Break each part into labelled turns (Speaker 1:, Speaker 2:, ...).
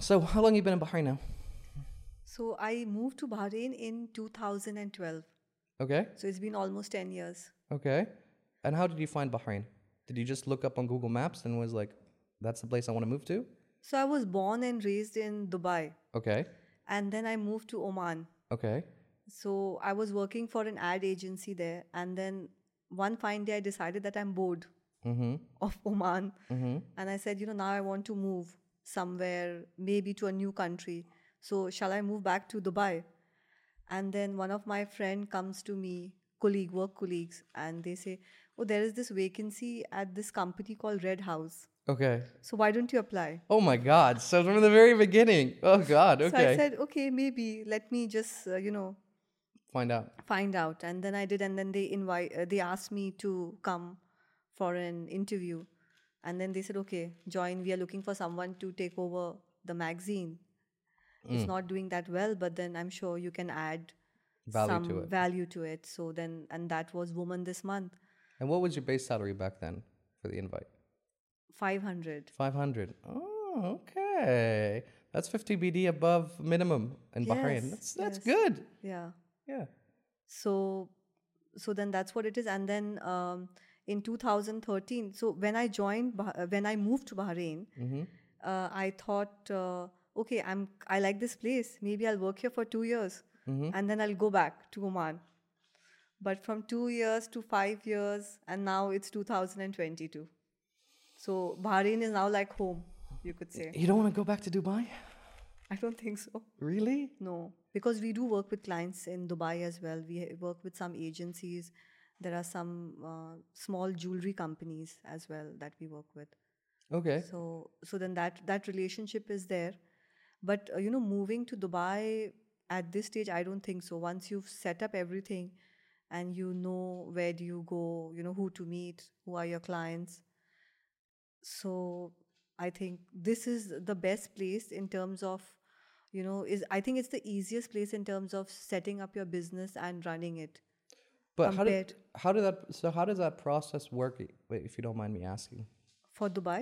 Speaker 1: So, how long you been in Bahrain now?
Speaker 2: So I moved to Bahrain in 2012.
Speaker 1: Okay.
Speaker 2: So it's been almost 10 years.
Speaker 1: Okay. And how did you find Bahrain? Did you just look up on Google Maps and was like, that's the place I want to move to?
Speaker 2: So I was born and raised in Dubai
Speaker 1: Okay.
Speaker 2: and then I moved to Oman.
Speaker 1: Okay.
Speaker 2: So I was working for an ad agency there and then one fine day I decided that I'm bored
Speaker 1: Mm-hmm.
Speaker 2: of Oman
Speaker 1: Mm-hmm.
Speaker 2: and I said, you know, now I want to move somewhere, maybe to a new country. So shall I move back to Dubai? And then one of my friend comes to me, colleague, work colleagues, and they say, oh, there is this vacancy at this company called Red House.
Speaker 1: Okay.
Speaker 2: So why don't you apply?
Speaker 1: Oh my God. So from the very beginning. Oh God.
Speaker 2: So I
Speaker 1: Okay.
Speaker 2: said, okay, maybe let me just, uh, you know,
Speaker 1: Find out.
Speaker 2: find out. And then I did, and then they invite, uh, they asked me to come for an interview, and then they said, okay, join. We are looking for someone to take over the magazine.
Speaker 1: Hmm.
Speaker 2: It's not doing that well, but then I'm sure you can add
Speaker 1: Value
Speaker 2: some
Speaker 1: to it.
Speaker 2: value to it. So then, and that was Woman this month,
Speaker 1: And what was your base salary back then for the invite?
Speaker 2: 500.
Speaker 1: 500. Oh, okay. That's 50 BD above minimum in Bahrain.
Speaker 2: Yes,
Speaker 1: That's, that's
Speaker 2: yes.
Speaker 1: good.
Speaker 2: Yeah.
Speaker 1: Yeah.
Speaker 2: so so then that's what it is and then um, in 2013 so when i joined Bah- uh, when i moved to bahrain uh, i thought uh, okay i'm i like this place maybe i'll work here for 2 years and then i'll go back to oman but from 2 years to 5 years and now it's 2022 so bahrain is now like home you could say
Speaker 1: You don't want to go back to Dubai?
Speaker 2: i don't think so
Speaker 1: Really?
Speaker 2: no, because we do work with clients in Dubai as well. We ha- work with some agencies. There are some uh, small jewelry companies as well that we work with.
Speaker 1: Okay.
Speaker 2: So, so then that that relationship is there. But uh, you know, moving to Dubai at this stage, I don't think so. Once you've set up everything, and you know where do you go, you know who to meet, who are your clients. So, I think this is the best place in terms of, you know, is I think it's the easiest place in terms of setting up your business and running it.
Speaker 1: But how did,
Speaker 2: compared-
Speaker 1: how did that so how does that process work i- wait, if you don't mind me asking
Speaker 2: For Dubai,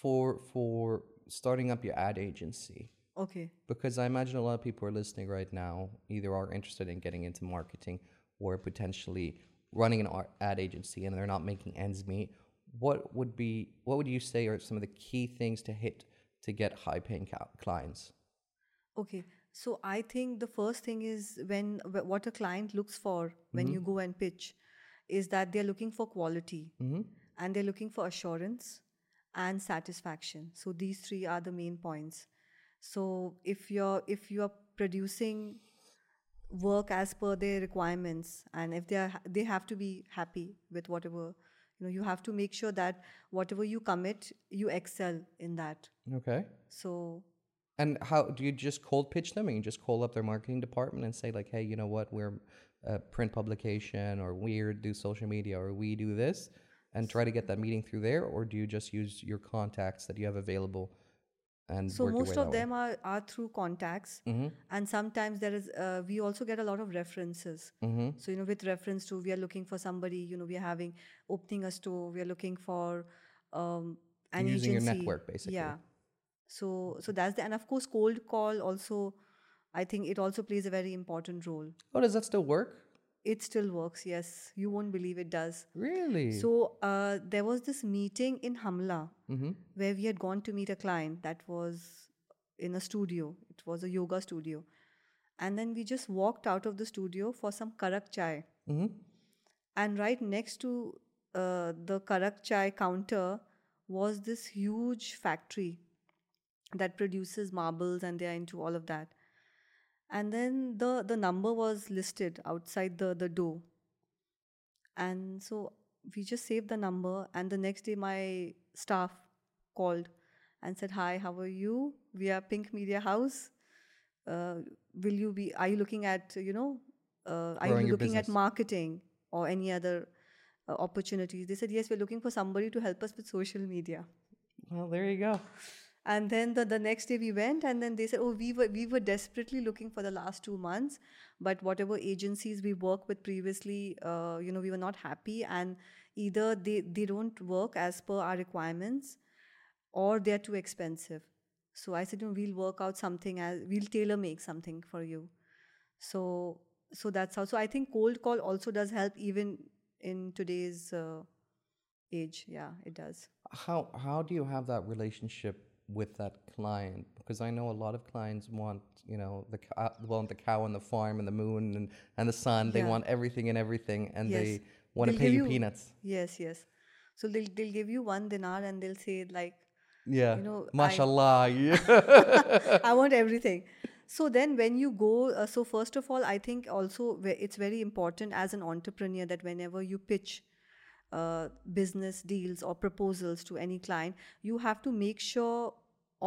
Speaker 1: for for starting up your ad agency?
Speaker 2: okay.
Speaker 1: Because I imagine a lot of people are listening right now either are interested in getting into marketing or potentially running an ar- ad agency and they're not making ends meet. What would be what would you say are some of the key things to hit to get high paying ca- clients?
Speaker 2: Okay. So I think the first thing is when wh- what a client looks for when you go and pitch is that they're looking for quality and they're looking for assurance and satisfaction. So these three are the main points. So if you're if you are producing work as per their requirements and if they are ha- they have to be happy with whatever you know you have to make sure that whatever you commit you excel in that.
Speaker 1: Okay.
Speaker 2: So
Speaker 1: And how do you just cold pitch them? And you just call up their marketing department and say like, "Hey, you know what? We're a print publication, or we do social media, or we do this," and try to get that meeting through there. Or do you just use your contacts that you have available and
Speaker 2: So
Speaker 1: work your
Speaker 2: most
Speaker 1: way Mm-hmm.
Speaker 2: of
Speaker 1: that way?
Speaker 2: them are, are through contacts, and sometimes there is. Uh, we also get a lot of references.
Speaker 1: Mm-hmm.
Speaker 2: So you know, with reference to, we are looking for somebody. You know, we are having opening a store. We are looking for um, an
Speaker 1: Using your
Speaker 2: agency.
Speaker 1: network, basically.
Speaker 2: Yeah. So so that's the and of course cold call also. I think it also plays a very important role.
Speaker 1: Oh, does that still work?
Speaker 2: It still works. Yes, you won't believe it does.
Speaker 1: Really?
Speaker 2: So uh, there was this meeting in Hamla
Speaker 1: Mm-hmm.
Speaker 2: where we had gone to meet a client that was in a studio. It was a yoga studio. And then we just walked out of the studio for some karak chai.
Speaker 1: Mhm.
Speaker 2: And right next to uh, the karak chai counter was this huge factory that produces marbles and they are into all of that. And then the, the number was listed outside the, the door and so we just saved the number and the next day my staff called and said hi how are you we are pink media house uh, will you be are you looking at you know uh, are
Speaker 1: Growing
Speaker 2: you
Speaker 1: your
Speaker 2: looking at
Speaker 1: business.
Speaker 2: marketing or any other uh, opportunities they said yes we're looking for somebody to help us with social media
Speaker 1: well, there you go.
Speaker 2: and then the, the next day we went and then they said oh we were we were desperately looking for the last two months but whatever agencies we worked with previously uh, you know we were not happy and either they they don't work as per our requirements or they're too expensive So I said, you know, we'll work out something as we'll tailor make something for you. So so that's how. So I think cold call also does help even in today's uh, age. Yeah, it does.
Speaker 1: How how do you have that relationship with that client? Because I know a lot of clients want you know the cow, want the cow and the farm and the moon and, and the sun. They
Speaker 2: Yeah.
Speaker 1: want everything and everything, and
Speaker 2: Yes.
Speaker 1: they want to
Speaker 2: They'll
Speaker 1: pay
Speaker 2: give
Speaker 1: you
Speaker 2: you-
Speaker 1: peanuts.
Speaker 2: Yes, yes. So they'll they'll give you one dinar and they'll say like,
Speaker 1: Yeah,
Speaker 2: You know, I-
Speaker 1: mashallah. yeah.
Speaker 2: I want everything. So then, when you go, uh, so first of all, I think also ve- it's very important as an entrepreneur that whenever you pitch uh, business deals or proposals to any client, you have to make sure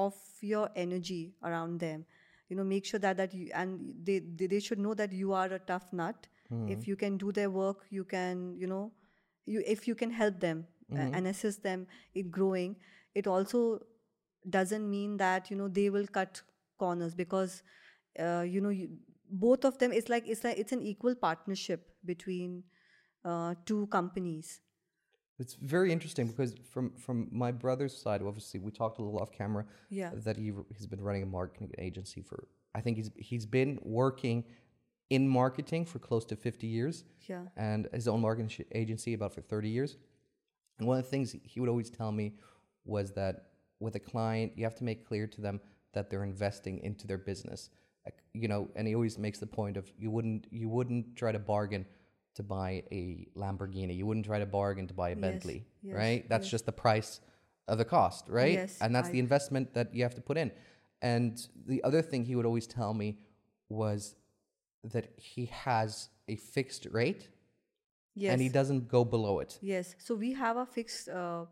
Speaker 2: of your energy around them. You know, make sure that that you and they they, they should know that you are a tough nut. If you can do their work, you can you know, you if you can help them uh, and assist them in growing, it also doesn't mean that you know they will cut corners because uh, you know you, both of them it's like it's like it's an equal partnership between uh, two companies
Speaker 1: It's very interesting because from from my brother's side, obviously, we talked a little off camera.
Speaker 2: Yeah.
Speaker 1: That he he's been running a marketing agency for. I think he's he's been working in marketing for close to fifty years.
Speaker 2: Yeah.
Speaker 1: And his own marketing sh- agency about for thirty years. And one of the things he would always tell me was that with a client, you have to make clear to them that they're investing into their business. Like, you know, and he always makes the point of you wouldn't you wouldn't try to bargain to buy a Lamborghini. You wouldn't try to bargain to buy a Bentley,
Speaker 2: yes,
Speaker 1: right? That's just the price of the cost, right?
Speaker 2: Yes,
Speaker 1: and that's
Speaker 2: I
Speaker 1: the investment that you have to put in. And the other thing he would always tell me was that he has a fixed rate
Speaker 2: yes
Speaker 1: and he doesn't go below it.
Speaker 2: yes so we have our fixed uh,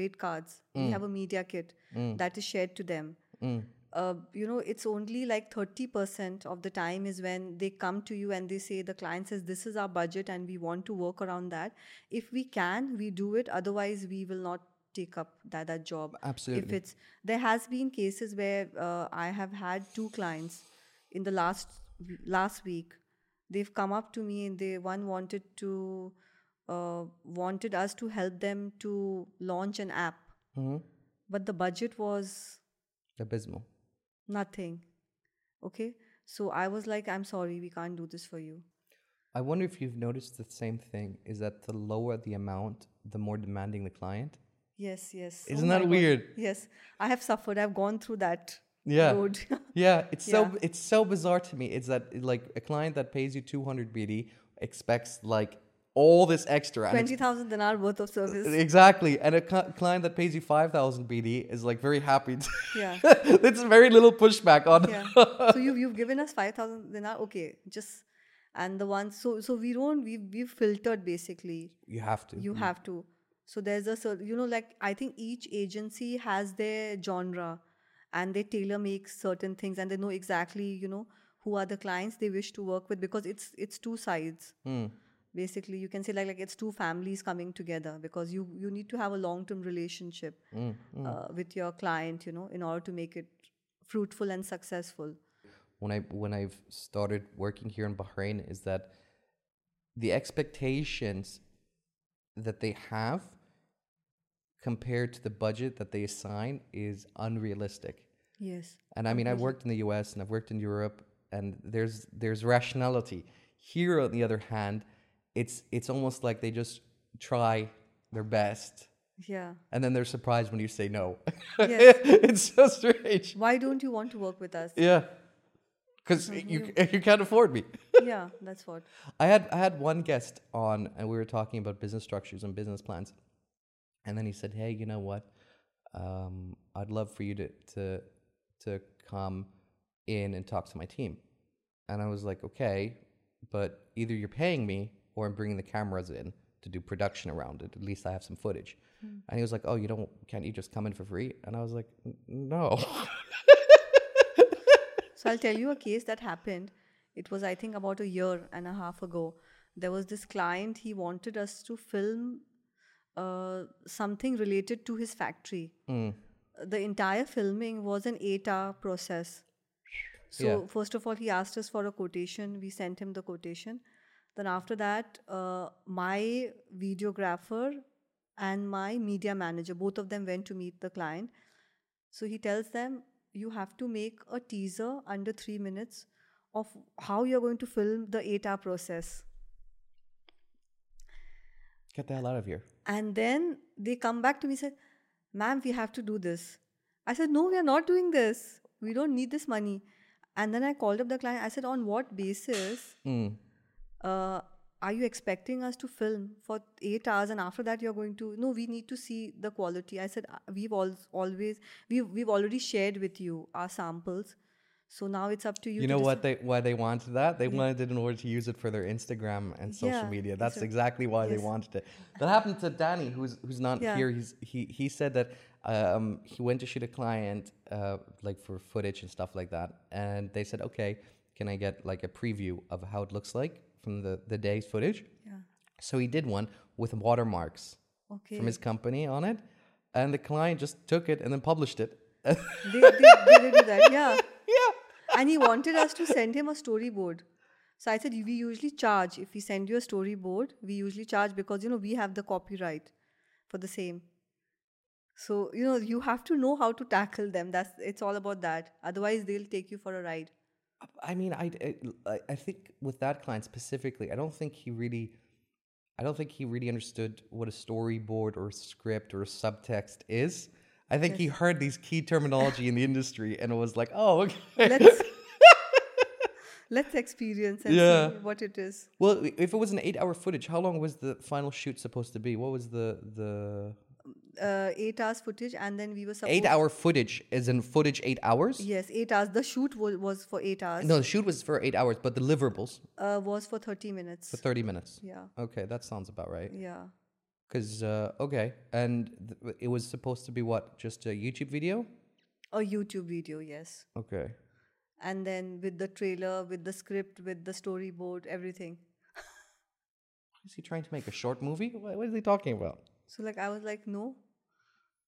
Speaker 2: rate cards
Speaker 1: Mm.
Speaker 2: we have a media kit that is shared to them uh, you know it's only like 30% of the time is when they come to you and they say the client says this is our budget and we want to work around that if we can we do it otherwise we will not take up that, that job if
Speaker 1: Absolutely.
Speaker 2: it's there has been cases where uh, i have had two clients in the last last week they've come up to me and they one wanted to uh, wanted us to help them to launch an app
Speaker 1: hmm
Speaker 2: but the budget was
Speaker 1: Abysmal.
Speaker 2: nothing okay so i was like i'm sorry we can't do this for you
Speaker 1: I wonder if you've noticed the same thing is that the lower the amount, the more demanding the client.
Speaker 2: yes yes
Speaker 1: Isn't
Speaker 2: Oh my
Speaker 1: that
Speaker 2: God.
Speaker 1: weird?
Speaker 2: yes i have suffered i've gone through that
Speaker 1: Yeah.
Speaker 2: road
Speaker 1: Yeah, it's so
Speaker 2: Yeah.
Speaker 1: it's so bizarre to me. It's that like a client that pays you 200 BD expects like all this extra. and it's-
Speaker 2: 20000 dinar worth of service
Speaker 1: exactly. And a cli- client that pays you 5000 BD is like very happy. To
Speaker 2: yeah
Speaker 1: it's very little pushback on
Speaker 2: yeah. So you've you've given us five thousand dinar. Okay, just and the ones. So so we don't. We we've filtered basically.
Speaker 1: You have to.
Speaker 2: You have to. So there's a cer- you know like I think each agency has their genre, and they tailor make certain things, and they know exactly you know who are the clients they wish to work with because it's it's two sides. Basically, you can say like like it's two families coming together because you you need to have a long term relationship Uh, with your client, you know, in order to make it fruitful and successful.
Speaker 1: when I when I've started working here in Bahrain is that the expectations that they have compared to the budget that they assign is unrealistic.
Speaker 2: Yes.
Speaker 1: And I mean, I've worked in the U.S. and I've worked in Europe, and there's there's rationality. Here, on the other hand, it's it's almost like they just try their best,
Speaker 2: Yeah.
Speaker 1: and then they're surprised when you say no.
Speaker 2: Yes.
Speaker 1: it's so strange.
Speaker 2: Why don't you want to work with us?
Speaker 1: Yeah, because you you can't afford me.
Speaker 2: yeah, that's what.
Speaker 1: I had I had one guest on, and we were talking about business structures and business plans, and then he said, "Hey, you know what? Um, I'd love for you to to to come in and talk to my team." And I was like, "Okay, but either you're paying me, or I'm bringing the cameras in to do production around it. At least I have some footage." And he was like, "Oh, you don't? Can't you just come in for free?" And I was like, "N- "No."
Speaker 2: So I'll tell you a case that happened. It was, I think, about a year and a half ago. There was this client, he wanted us to film uh, something related to his factory. The entire filming was an eight hour process. So,
Speaker 1: Yeah.
Speaker 2: first of all, he asked us for a quotation. We sent him the quotation. Then, after that, uh, my videographer and my media manager, both of them went to meet the client. So he tells them, you have to make a teaser under three minutes of how you're going to film the eight hour process.
Speaker 1: Get the hell out of here.
Speaker 2: And then they come back to me and said, Ma'am, we have to do this. I said, No, we are not doing this. We don't need this money. And then I called up the client. I said, On what basis
Speaker 1: Mm.
Speaker 2: uh, are you expecting us to film for eight hours and after that you're going to no we need to see the quality i said "Uh, we've al- always we've, we've already shared with you our samples so now it's up to you
Speaker 1: You know
Speaker 2: to
Speaker 1: what they why they wanted that? They wanted it in order to use it for their Instagram and social
Speaker 2: Yeah,
Speaker 1: media. That's exactly why they wanted it. That happened to Danny, who's who's not
Speaker 2: Yeah.
Speaker 1: here. He's he he said that um, he went to shoot a client uh, like for footage and stuff like that, and they said, okay, can I get like a preview of how it looks like from the the day's footage?
Speaker 2: Yeah.
Speaker 1: So he did one with watermarks
Speaker 2: okay
Speaker 1: from his company on it, and the client just took it and then published it.
Speaker 2: they, they, they do that yeah
Speaker 1: yeah.
Speaker 2: and he wanted us to send him a storyboard so i said we usually charge if we send you a storyboard we usually charge because you know we have the copyright for the same so you know you have to know how to tackle them that's it's all about that otherwise they'll take you for a ride
Speaker 1: I mean, I, I I think with that client specifically, I don't think he really, I don't think he really understood what a storyboard or a script or a subtext is. I think he heard these key terminology in the industry and was like, oh, okay.
Speaker 2: let's let's experience and
Speaker 1: Yeah.
Speaker 2: see what it is
Speaker 1: Well, i- if it was an eight-hour footage, how long was the final shoot supposed to be? What was the the
Speaker 2: uh, 8 hours footage and then we were supposed
Speaker 1: eight-hour footage? Is in footage eight hours?
Speaker 2: yes 8 hours the shoot was, was for 8 hours
Speaker 1: No, the shoot was for eight hours, but deliverables
Speaker 2: uh, was for 30 minutes
Speaker 1: for thirty minutes.
Speaker 2: yeah
Speaker 1: Okay, that sounds about right.
Speaker 2: yeah
Speaker 1: Cause uh, okay, and th- it was supposed to be what? Just a YouTube video?
Speaker 2: a youtube video yes
Speaker 1: Okay.
Speaker 2: and then with the trailer, with the script, with the storyboard, everything.
Speaker 1: Is he trying to make a short movie? What, what is he talking about?
Speaker 2: So like I was like no,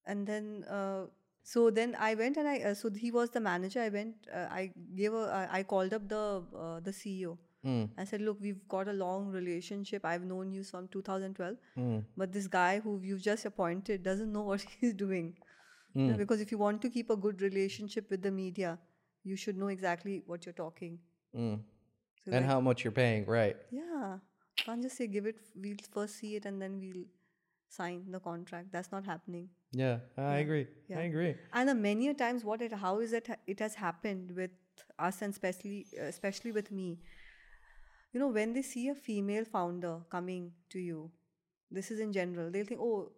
Speaker 2: and then uh, so then I went and I uh, so he was the manager. I went, uh, I gave a, I I called up the uh, the CEO.
Speaker 1: Mm.
Speaker 2: I said, look, we've got a long relationship. I've known you from 2012,
Speaker 1: Mm.
Speaker 2: but this guy who you've just appointed doesn't know what he's doing. You know,
Speaker 1: Mm.
Speaker 2: Because if you want to keep a good relationship with the media, you should know exactly what you're talking.
Speaker 1: Mm.
Speaker 2: So
Speaker 1: and
Speaker 2: like-
Speaker 1: how much you're paying, right?
Speaker 2: Yeah. Can't just say give it, we'll first see it and then we'll sign the contract. That's not happening.
Speaker 1: Yeah, I agree.
Speaker 2: Yeah.
Speaker 1: I agree.
Speaker 2: And uh, many a times, what it, how is it, ha- it has happened with us and especially, uh, especially with me. You know, when they see a female founder coming to you, this is in general, they'll think, oh,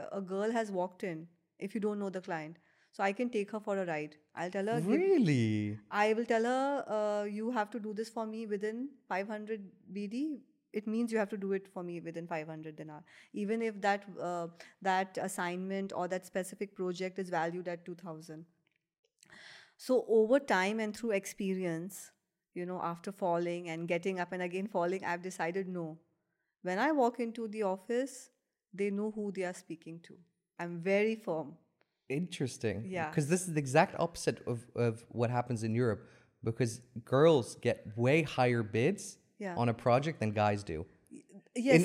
Speaker 2: uh, a girl has walked in if you don't know the client. So I can take her for a ride. I'll tell her, give-
Speaker 1: Really?
Speaker 2: I will tell her, uh, you have to do this for me within 500 BD. It means you have to do it for me within 500 dinar, even if that uh, that assignment or that specific project is valued at 2,000. So over time and through experience, you know, after falling and getting up and again falling, I've decided no. When I walk into the office, they know who they are speaking to. I'm very firm.
Speaker 1: Interesting.
Speaker 2: Yeah.
Speaker 1: Because this is the exact opposite of, of what happens in Europe because girls get way higher bids
Speaker 2: Yeah.
Speaker 1: on a project than guys do.
Speaker 2: Yes,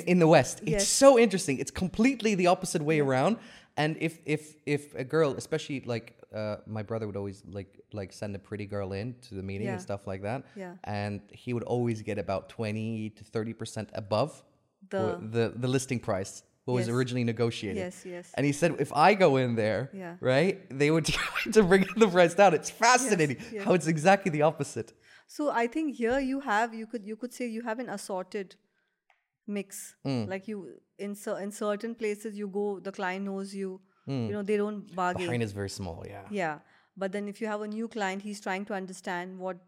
Speaker 1: in, in the West.
Speaker 2: Yes.
Speaker 1: It's so interesting. It's completely the opposite way around. And if if if a girl, especially like uh, my brother would always like like send a pretty girl in to the meeting and
Speaker 2: Yeah.
Speaker 1: stuff like that.
Speaker 2: Yeah.
Speaker 1: And he would always get about twenty to thirty percent above
Speaker 2: The-
Speaker 1: the, the the listing price what was
Speaker 2: Yes.
Speaker 1: originally negotiated.
Speaker 2: Yes, yes.
Speaker 1: And he said if I go in there,
Speaker 2: Yeah.
Speaker 1: right, they would try to bring the price down. It's fascinating
Speaker 2: yes.
Speaker 1: how it's exactly the opposite.
Speaker 2: So I think here you have you could you could say you have an assorted mix. Like you in cer- in certain places you go, the client knows you. You know they don't bargain.
Speaker 1: Bahrain is very small, yeah.
Speaker 2: yeah, but then if you have a new client, he's trying to understand what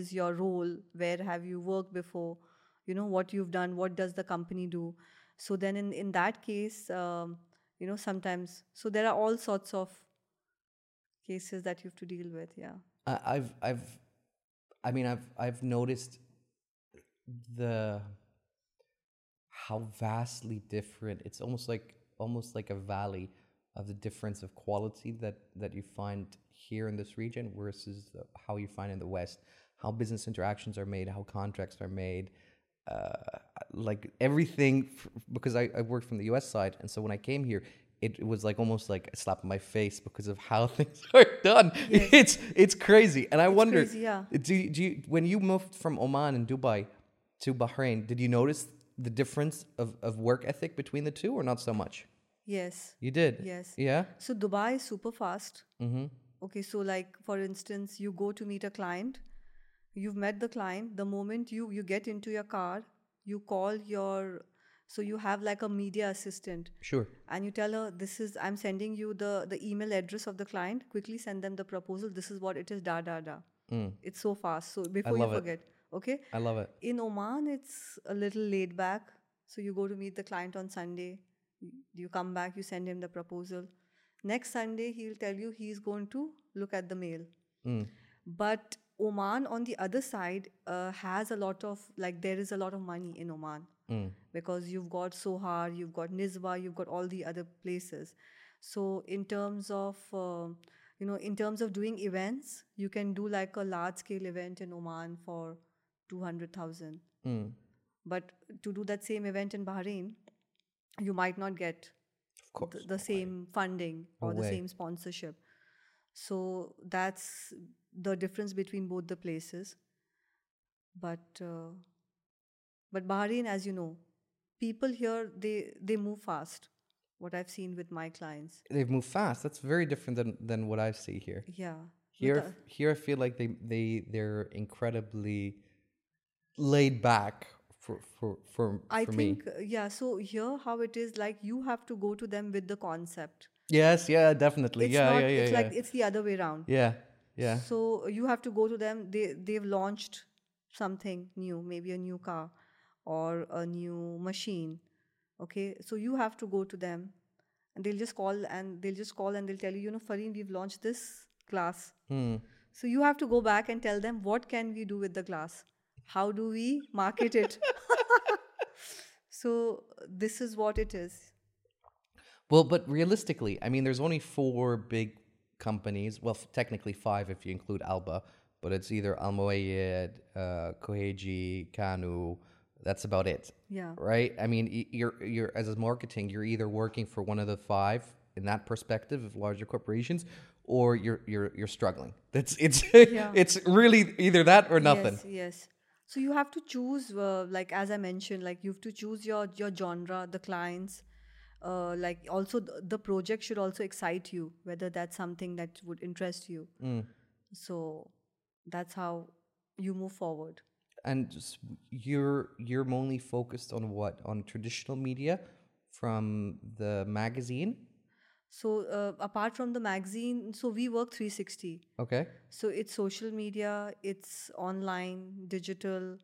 Speaker 2: is your role, where have you worked before, you know what you've done, what does the company do. So then in in that case, um, you know sometimes so there are all sorts of cases that you have to deal with. Yeah.
Speaker 1: I- I've I've I mean I've I've noticed the how vastly different it's almost like almost like a valley of the difference of quality that that you find here in this region versus the, how you find in the west how business interactions are made how contracts are made uh, like everything f- because I, I worked from the us side and so when i came here it was like almost like a slap in my face because of how things are done. It's it's crazy, and I wonder,
Speaker 2: crazy, yeah.
Speaker 1: do you, do you, when you moved from Oman and Dubai to Bahrain, did you notice the difference of, of work ethic between the two, or not so much?
Speaker 2: Yes.
Speaker 1: You did,
Speaker 2: Yes.
Speaker 1: yeah,
Speaker 2: So Dubai is super fast.
Speaker 1: Mm-hmm.
Speaker 2: Okay, so like for instance, you go to meet a client, you've met the client. The moment you you get into your car, you call your so you have like a media assistant
Speaker 1: sure,
Speaker 2: and you tell her this is I'm sending you the the email address of the client. Quickly send them the proposal. This is what it is. Da da da. It's so fast. So before you
Speaker 1: Mm. love it.
Speaker 2: forget, okay.
Speaker 1: I love it.
Speaker 2: In Oman, it's a little laid back. So you go to meet the client on Sunday. You come back, you send him the proposal. Next Sunday, he'll tell you he's going to look at the mail.
Speaker 1: Mm,
Speaker 2: But Oman, on the other side, uh, has a lot of, like, there is a lot of money in Oman
Speaker 1: mm,
Speaker 2: because you've got Sohar, you've got Nizwa, you've got all the other places. So, in terms of, uh, you know, in terms of doing events, you can do like a large scale event in Oman for 200,000.
Speaker 1: Mm.
Speaker 2: But to do that same event in Bahrain, you might not get
Speaker 1: Of course,
Speaker 2: th- the same funding or the
Speaker 1: way.
Speaker 2: same sponsorship. So that's the difference between both the places. But uh, but Bahrain, as you know, people here they they move fast. What I've seen with my clients,
Speaker 1: they've moved fast. That's very different than than what I see here.
Speaker 2: yeah,
Speaker 1: Here, f- here, I feel like they they they're incredibly laid back for for for,
Speaker 2: I
Speaker 1: for me.
Speaker 2: think uh, yeah. So here, how it is like you have to go to them with the concept.
Speaker 1: Yes, yeah, definitely,
Speaker 2: It's
Speaker 1: yeah,
Speaker 2: not.
Speaker 1: yeah, yeah,
Speaker 2: it's
Speaker 1: yeah.
Speaker 2: like it's the other way around.
Speaker 1: yeah, yeah,
Speaker 2: So you have to go to them. They they've launched something new, maybe a new car or a new machine. Okay, so you have to go to them, and they'll just call and they'll just call and they'll tell you, you know, Fareen, we've launched this glass. So you have to go back and tell them what can we do with the glass? How do we market it? so this is what it is.
Speaker 1: Well, but realistically, I mean, there's only four big companies. Well, f- technically five if you include Alba, but it's either Al Moayyed, uh, Koheji, Kanu. That's about it.
Speaker 2: Yeah.
Speaker 1: right? I mean, y- you're you're as a marketing, you're either working for one of the five in that perspective of larger corporations, or you're you're you're struggling. That's it's it's really either that or nothing.
Speaker 2: Yes, yes. So you have to choose, uh, like as I mentioned, like you have to choose your your genre, the clients. Uh, like also th- the project should also excite you, whether that's something that would interest you. So that's how you move forward.
Speaker 1: And just, you're you're mainly focused on what on traditional media from the magazine.
Speaker 2: So uh, apart from the magazine, so we work 360.
Speaker 1: Okay,
Speaker 2: So it's social media, it's online, digital.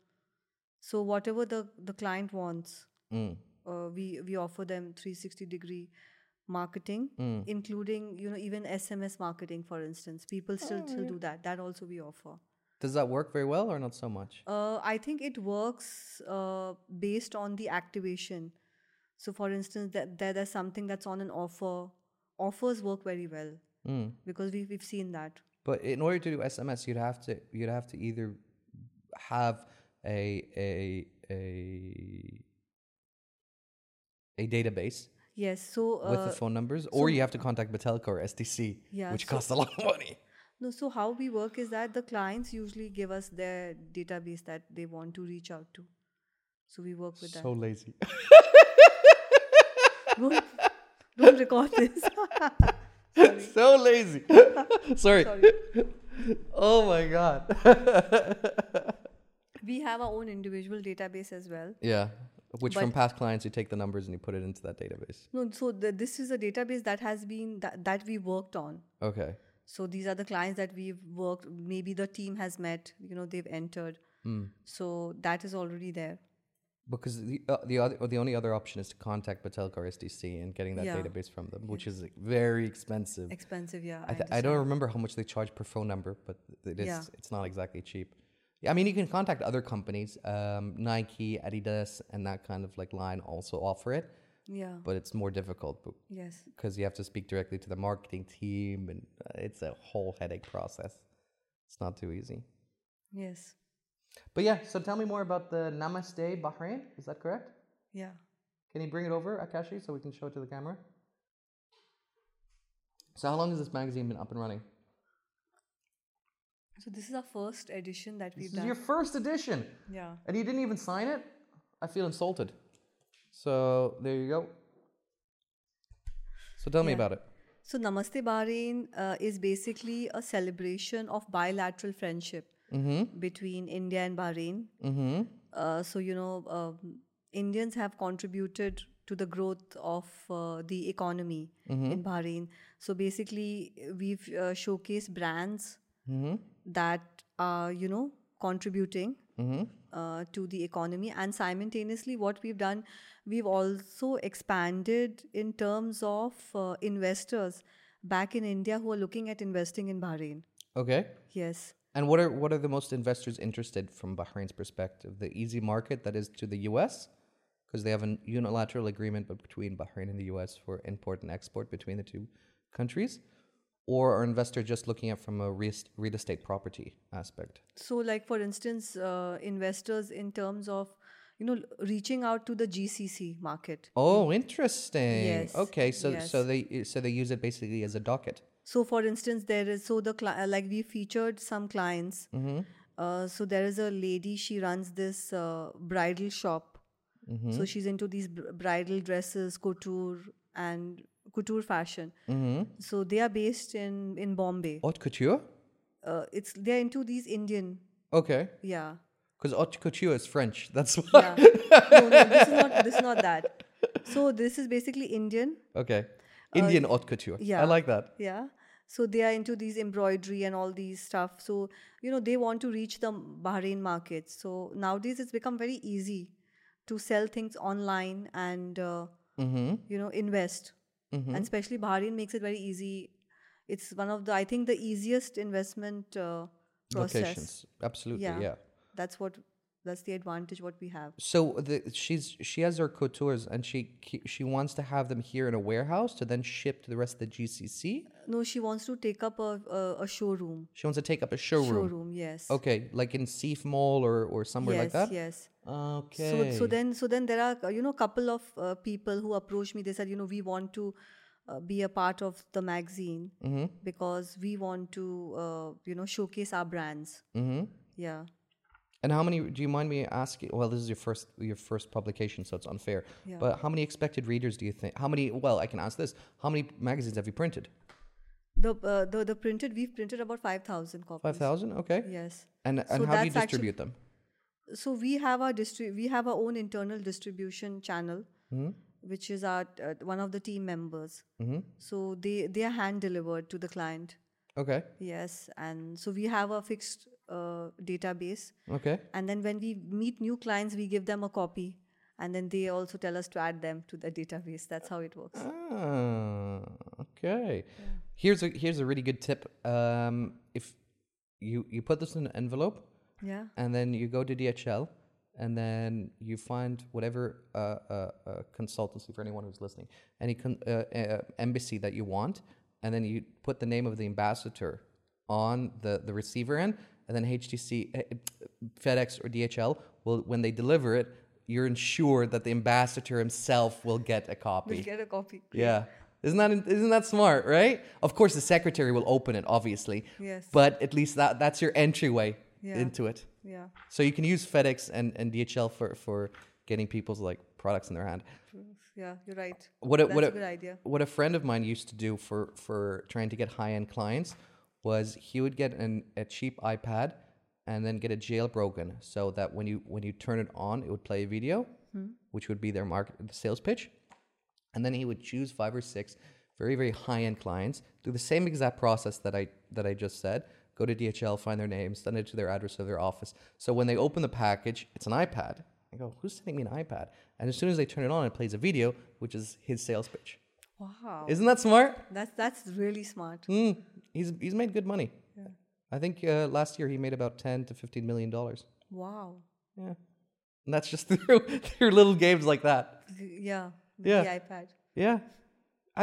Speaker 2: So whatever the, the client wants,
Speaker 1: Mm.
Speaker 2: uh, we we offer them 360 degree marketing,
Speaker 1: Mm.
Speaker 2: including you know even SMS marketing, for instance. People still
Speaker 1: Oh,
Speaker 2: still do that. That also we offer.
Speaker 1: does that work very well or not so much?
Speaker 2: Uh, I think it works uh, based on the activation. So, for instance, that there, there's something that's on an offer. Offers work very well because we we've seen that.
Speaker 1: Hmm. But in order to do SMS, you'd have to you'd have to either have a a a a database
Speaker 2: Yes. So uh,
Speaker 1: with the phone numbers, or you have to contact Batelco or STC,
Speaker 2: Yeah,
Speaker 1: which
Speaker 2: so-
Speaker 1: costs a lot of money.
Speaker 2: No, so how we work is that the clients usually give us their database that they want to reach out to. So we work with
Speaker 1: So lazy.
Speaker 2: that. Don't, don't record this.
Speaker 1: so lazy. Sorry.
Speaker 2: Sorry.
Speaker 1: Oh my god.
Speaker 2: We have our own individual database as well.
Speaker 1: yeah. Which from
Speaker 2: But-
Speaker 1: past clients, you take the numbers and you put it into that database.
Speaker 2: No, so the, this is a database that has been that, that we worked on.
Speaker 1: Okay.
Speaker 2: So these are the clients that we've worked. Maybe the team has met. You know, they've entered.
Speaker 1: Hmm.
Speaker 2: So that is already there.
Speaker 1: Because the uh, the other or the only other option is to contact Batelco or SDC and getting that
Speaker 2: Yeah.
Speaker 1: database from them, which is like, very expensive.
Speaker 2: Expensive, yeah.
Speaker 1: I, th- I don't remember how much they charge per phone number, but it is
Speaker 2: Yeah.
Speaker 1: it's not exactly cheap. Yeah, I mean, you can contact other companies, um, Nike, Adidas, and that kind of like line also offer it,
Speaker 2: yeah.
Speaker 1: but it's more difficult
Speaker 2: Yes.
Speaker 1: because you have to speak directly to the marketing team, and uh, it's a whole headache process. It's not too easy.
Speaker 2: Yes.
Speaker 1: But yeah, so tell me more about the Namaste Bahrain. Is that correct?
Speaker 2: Yeah.
Speaker 1: Can you bring it over, Akashi, so we can show it to the camera? So how long has this magazine been up and running?
Speaker 2: So this is our first edition that we've
Speaker 1: This is
Speaker 2: done.
Speaker 1: your first edition,
Speaker 2: yeah.
Speaker 1: and you didn't even sign it. I feel insulted. So there you go. So tell me
Speaker 2: Yeah.
Speaker 1: about it.
Speaker 2: So Namaste Bahrain uh, is basically a celebration of bilateral friendship between India and Bahrain.
Speaker 1: Mm-hmm.
Speaker 2: Uh, so you know, um, Indians have contributed to the growth of uh, the economy
Speaker 1: Mm-hmm.
Speaker 2: in Bahrain. So basically, we've uh, showcased brands
Speaker 1: Mm-hmm.
Speaker 2: that are you know contributing
Speaker 1: Mm-hmm.
Speaker 2: uh, to the economy and simultaneously what we've done we've also expanded in terms of uh, investors back in india who are looking at investing in bahrain
Speaker 1: Okay.
Speaker 2: yes
Speaker 1: And what are what are the most investors interested from Bahrain's perspective? The easy market that is to the U.S. because they have a unilateral agreement be- between Bahrain and the U.S. for import and export between the two countries, or are investors just looking at from a real est- real estate property aspect?
Speaker 2: so like for instance uh, investors in terms of you know reaching out to the gcc market
Speaker 1: Oh, interesting.
Speaker 2: Yes,
Speaker 1: Okay, so so
Speaker 2: yes.
Speaker 1: they so they use it basically as a docket.
Speaker 2: so for instance there is so the cli- uh, like we featured some clients uh, so there is a lady she runs this uh, bridal shop so she's into these br- bridal dresses couture and couture fashion so they are based in in bombay
Speaker 1: Haute couture.
Speaker 2: uh, it's they're into these indian
Speaker 1: Okay,
Speaker 2: yeah
Speaker 1: because haute couture is French. That's why.
Speaker 2: yeah no, no, this is not this is not that so this is basically indian
Speaker 1: Okay, Indian haute couture. I
Speaker 2: Uh, yeah.
Speaker 1: like that.
Speaker 2: yeah so they are into these embroidery and all these stuff so you know they want to reach the bahrain market so nowadays it's become very easy to sell things online and uh,
Speaker 1: Mm-hmm.
Speaker 2: you know invest and especially bahrain makes it very easy it's one of the i think the easiest investment uh, process
Speaker 1: Locations. Absolutely.
Speaker 2: Yeah.
Speaker 1: yeah.
Speaker 2: that's what that's the advantage what we have
Speaker 1: So the, she's she has her coutures and she ke- she wants to have them here in a warehouse to then ship to the rest of the GCC.
Speaker 2: no she wants to take up a a, a showroom
Speaker 1: She wants to take up a showroom.
Speaker 2: showroom yes
Speaker 1: Okay, like in Seif Mall or or somewhere
Speaker 2: yes
Speaker 1: like that.
Speaker 2: yes
Speaker 1: Okay.
Speaker 2: So so then so then there are uh, you know couple of uh, people who approached me. They said you know we want to uh, be a part of the magazine
Speaker 1: Mm-hmm.
Speaker 2: because we want to uh, you know showcase our brands.
Speaker 1: Mhm.
Speaker 2: Yeah.
Speaker 1: And how many? Do you mind me asking? Well, this is your first your first publication, so it's unfair.
Speaker 2: Yeah.
Speaker 1: But how many expected readers do you think? How many? Well, I can ask this. How many magazines have you printed?
Speaker 2: The uh, the the printed we've printed about five thousand copies.
Speaker 1: Five thousand. Okay.
Speaker 2: Yes.
Speaker 1: And and
Speaker 2: So
Speaker 1: how do you
Speaker 2: that's actu-
Speaker 1: distribute them?
Speaker 2: So we have our distri- we have our own internal distribution channel,
Speaker 1: Mm-hmm.
Speaker 2: which is our uh, one of the team members. So they they are hand delivered to the client.
Speaker 1: Okay.
Speaker 2: Yes, and so we have a fixed uh, database.
Speaker 1: Okay.
Speaker 2: and then when we meet new clients we give them a copy and then they also tell us to add them to the database that's how it works
Speaker 1: Ah, okay. Here's a here's a really good tip. Um, if you you put this in an envelope
Speaker 2: yeah
Speaker 1: and then you go to DHL and then you find whatever uh, uh, uh, consultancy for anyone who's listening, any con- uh, uh, embassy that you want, and then you put the name of the ambassador on the the receiver end, and then HTC, eh, FedEx or DHL will when they deliver it. You're ensured that the ambassador himself will get a copy.
Speaker 2: we'll get a copy
Speaker 1: Yeah. Isn't that isn't that smart, right? Of course the secretary will open it obviously.
Speaker 2: Yes.
Speaker 1: But at least that that's your entryway
Speaker 2: Yeah.
Speaker 1: into it.
Speaker 2: yeah
Speaker 1: So you can use FedEx and, and DHL for, for getting people's like products in their hand.
Speaker 2: yeah you're right
Speaker 1: What a,
Speaker 2: that's
Speaker 1: what
Speaker 2: a good idea
Speaker 1: What a friend of mine used to do for for trying to get high end clients was he would get an, a cheap iPad and then get it jailbroken so that when you when you turn it on, it would play a video, which would be their market the sales pitch, and then he would choose five or six very very high end clients, do the same exact process that I that I just said. Go to DHL, find their name, send it to their address of their office. So when they open the package, it's an iPad. I go, who's sending me an iPad? And as soon as they turn it on, it plays a video, which is his sales pitch.
Speaker 2: wow
Speaker 1: Isn't that smart?
Speaker 2: that's that's really smart
Speaker 1: Hmm. He's he's made good money. I think uh, last year he made about ten to fifteen million dollars.
Speaker 2: wow
Speaker 1: Yeah, and that's just through through little games like that.
Speaker 2: yeah with
Speaker 1: Yeah.
Speaker 2: the ipad
Speaker 1: Yeah,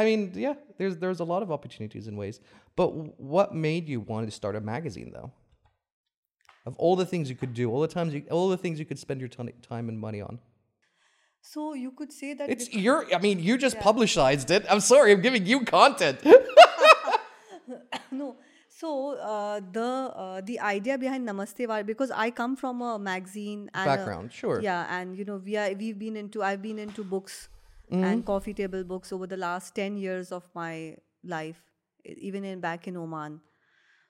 Speaker 1: I mean, yeah. There's there's a lot of opportunities and ways. But w- what made you want to start a magazine though? Of all the things you could do, all the times, you, all the things you could spend your ton- time and money on.
Speaker 2: so you could say that
Speaker 1: It's
Speaker 2: bec-
Speaker 1: your. I mean, you just publicized it. I'm sorry, I'm giving you content.
Speaker 2: So uh, the uh, the idea behind Namaste Var because I come from a magazine and a-
Speaker 1: Background, sure.
Speaker 2: yeah, and you know we are we've been into I've been into books
Speaker 1: Mm-hmm.
Speaker 2: and coffee table books over the last ten years of my life, e- even in back in Oman.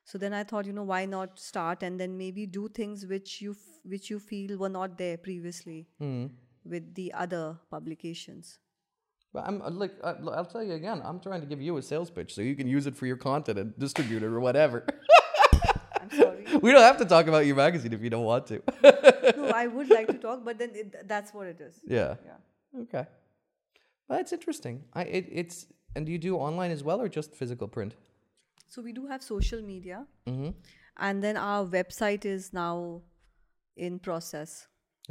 Speaker 2: So then I thought, you know, why not start and then maybe do things which you f- which you feel were not there previously
Speaker 1: Mm-hmm.
Speaker 2: with the other publications.
Speaker 1: But I'm uh, like, I- l- I'll tell you again, I'm trying to give you a sales pitch so you can use it for your content and distribute it or whatever.
Speaker 2: I'm sorry.
Speaker 1: we don't have to talk about your magazine if you don't want to.
Speaker 2: no, I would like to talk, but then it, that's what it is.
Speaker 1: yeah. Okay. Well, that's interesting. I it, it's and do you do online as well or just physical print?
Speaker 2: So we do have social media, and then our website is now in process.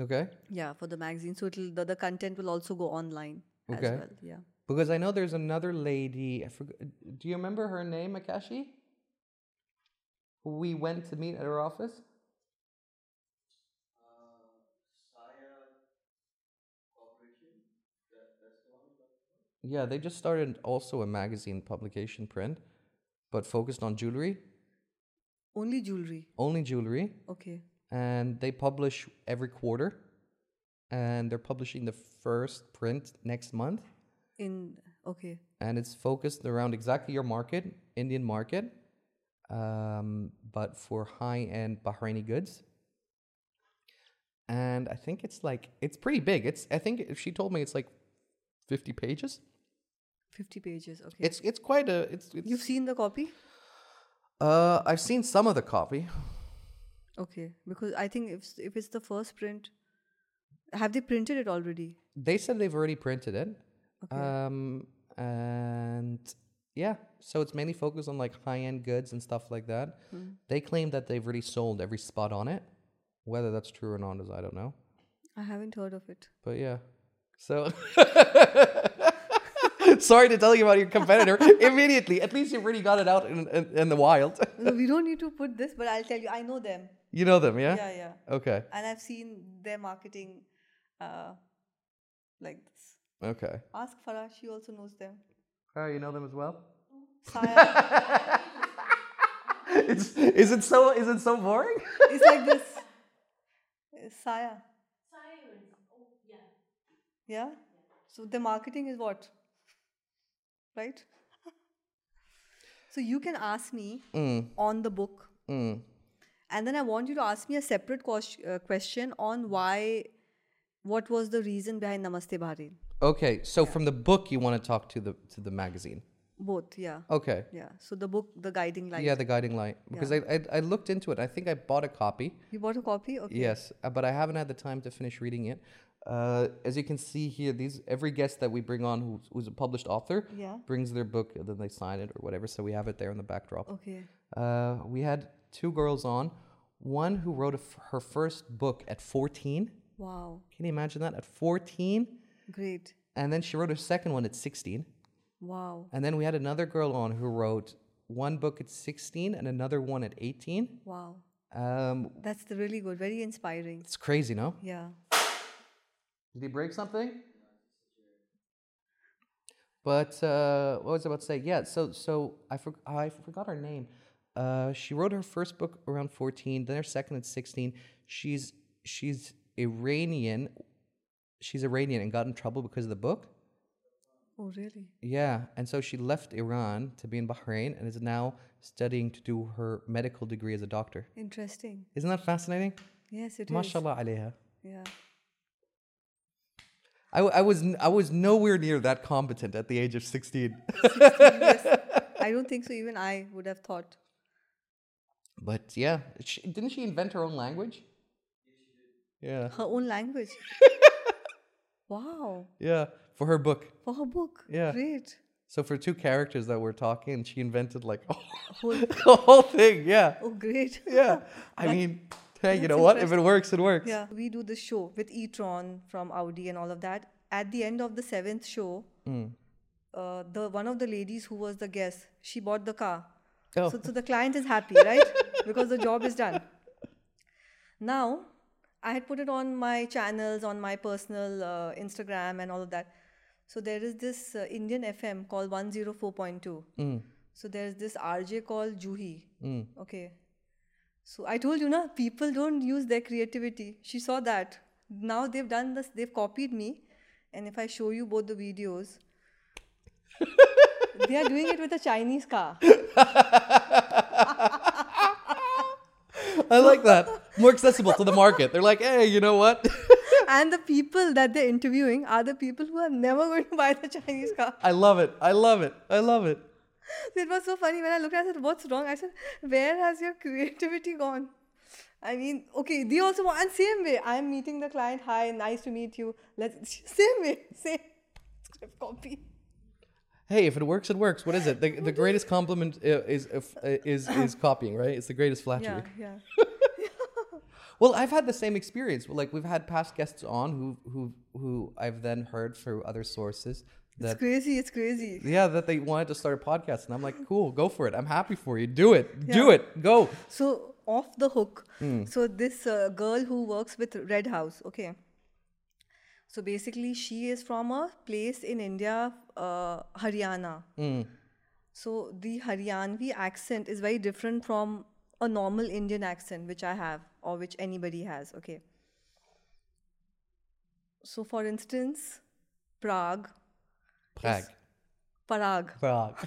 Speaker 1: Okay.
Speaker 2: Yeah, for the magazine, so it'll the, the content will also go online
Speaker 1: Okay.
Speaker 2: as well. Yeah,
Speaker 1: Because I know there's another lady. I forgot. Do you remember her name, Akashi? Who we went to meet at her office? Yeah, they just started also a magazine publication print, but focused on jewelry,
Speaker 2: only jewelry.
Speaker 1: only jewelry,
Speaker 2: Okay,
Speaker 1: and they publish every quarter, and they're publishing the first print next month.
Speaker 2: in okay,
Speaker 1: and it's focused around exactly your market, Indian market, um, but for high end Bahraini goods. And I think it's like it's pretty big. It's I think if she told me it's like fifty pages.
Speaker 2: fifty pages. Okay,
Speaker 1: It's it's quite a it's, it's
Speaker 2: you've seen the copy.
Speaker 1: uh I've seen some of the copy.
Speaker 2: Okay, because I think if s- if it's the first print, have they printed it already?
Speaker 1: They said they've already printed it.
Speaker 2: Okay.
Speaker 1: Um and yeah, so it's mainly focused on like high end goods and stuff like that. They claim that they've already sold every spot on it. Whether that's true or not is I don't know.
Speaker 2: I haven't heard of it.
Speaker 1: But yeah. So sorry to tell you about your competitor immediately. At least you've already got it out in, in, in the wild.
Speaker 2: No, we don't need to put this, but I'll tell you. I know them.
Speaker 1: You know them, yeah?
Speaker 2: Yeah, yeah.
Speaker 1: Okay.
Speaker 2: and I've seen their marketing uh, like this.
Speaker 1: Okay.
Speaker 2: Ask Farah, she also knows them.
Speaker 1: Oh, you know them as well?
Speaker 2: Saya,
Speaker 1: It's, is it so is it so boring?
Speaker 2: it's like this. Uh, Saya, Oh, yeah. So the marketing is what, right? so you can ask me on the book,
Speaker 1: Mm.
Speaker 2: and then I want you to ask me a separate ques- uh, question on why, what was the reason behind Namaste Bharin?
Speaker 1: Okay, so from the book you want to talk to the to the magazine.
Speaker 2: Both, yeah,
Speaker 1: Okay.
Speaker 2: yeah. So the book, the guiding light.
Speaker 1: Yeah, the guiding light. Because I, I I looked into it. I think I bought a copy.
Speaker 2: You bought a copy? Okay.
Speaker 1: Yes, uh, but I haven't had the time to finish reading it. Uh, as you can see here, these every guest that we bring on who's, who's a published author
Speaker 2: Yeah.
Speaker 1: brings their book and then they sign it or whatever. So we have it there in the backdrop.
Speaker 2: Okay.
Speaker 1: Uh, we had two girls on, one who wrote a f- her first book at 14.
Speaker 2: Wow.
Speaker 1: Can you imagine that? At 14,
Speaker 2: Great.
Speaker 1: and then she wrote her second one at 16.
Speaker 2: Wow.
Speaker 1: And then we had another girl on who wrote one book at 16 and another one at 18.
Speaker 2: Wow.
Speaker 1: Um,
Speaker 2: That's the really good. Very inspiring.
Speaker 1: it's crazy, no?
Speaker 2: Yeah.
Speaker 1: Did he break something? But uh, what was I about to say? Yeah, so so I for, I forgot her name. Uh, she wrote her first book around fourteen, then her second at sixteen. She's she's Iranian. She's Iranian and got in trouble because of the book.
Speaker 2: Oh, really?
Speaker 1: Yeah, and so she left Iran to be in Bahrain and is now studying to do her medical degree as a doctor.
Speaker 2: Interesting.
Speaker 1: Isn't that fascinating?
Speaker 2: Yes, it is.
Speaker 1: Mashallah alayha.
Speaker 2: Yeah.
Speaker 1: I, w- I was n- I was nowhere near that competent at the age of sixteen.
Speaker 2: I don't think so. Even I would have thought.
Speaker 1: But yeah, she, didn't she invent her own language? Yeah,
Speaker 2: Her own language. wow.
Speaker 1: yeah, for her book.
Speaker 2: For her book.
Speaker 1: Yeah.
Speaker 2: Great.
Speaker 1: So for two characters that were talking, she invented like
Speaker 2: Whole-
Speaker 1: the whole thing. Yeah,
Speaker 2: Oh, great.
Speaker 1: yeah. I mean, hey, you
Speaker 2: that's
Speaker 1: know what? If it works, it works.
Speaker 2: Yeah. We do the show with Etron from Audi and all of that. At the end of the seventh show,
Speaker 1: Hmm.
Speaker 2: uh, the one of the ladies who was the guest, she bought the car.
Speaker 1: Oh,
Speaker 2: So, so the client is happy, right? because the job is done. Now, I had put it on my channels, on my personal uh,
Speaker 1: Hmm.
Speaker 2: Instagram, and all of that. So there is this uh, Indian FM called 104.2. So there's this RJ called Juhi.
Speaker 1: Mm.
Speaker 2: Okay. So I told you na people don't use their creativity. She saw that. Now they've done this. They've copied me, and if I show you both the videos, they are doing it with a Chinese car.
Speaker 1: I like that. More accessible to the market. They're like, hey, you know what?
Speaker 2: and the people that they're interviewing are the people who are never going to buy the Chinese car.
Speaker 1: I love it. I love it. I love it.
Speaker 2: It was so funny when I looked at it, I said, What's wrong? I said, Where has your creativity gone? I mean, okay, they also want, and same way, I'm meeting the client. Hi, nice to meet you. Let's, same way, same script copy.
Speaker 1: Hey, if it works, it works. What is it? The, the greatest compliment i- is if- is is copying, right? It's the greatest flattery.
Speaker 2: Yeah, yeah.
Speaker 1: Well, I've had the same experience. Like we've had past guests on who who who I've then heard through other sources
Speaker 2: It's
Speaker 1: that
Speaker 2: crazy, it's crazy.
Speaker 1: yeah that they wanted to start a podcast, and I'm like, cool, go for it. I'm happy for you. Do it. Do it. Go.
Speaker 2: So, off the hook. So, this uh, girl who works with Red House, okay. So, basically, she is from a place in India, uh, Haryana.
Speaker 1: Mm.
Speaker 2: So the Haryanvi accent is very different from a normal Indian accent, which I have or which anybody has. Okay. So, for instance, Prague,
Speaker 1: Prague.
Speaker 2: Parag.
Speaker 1: Prague.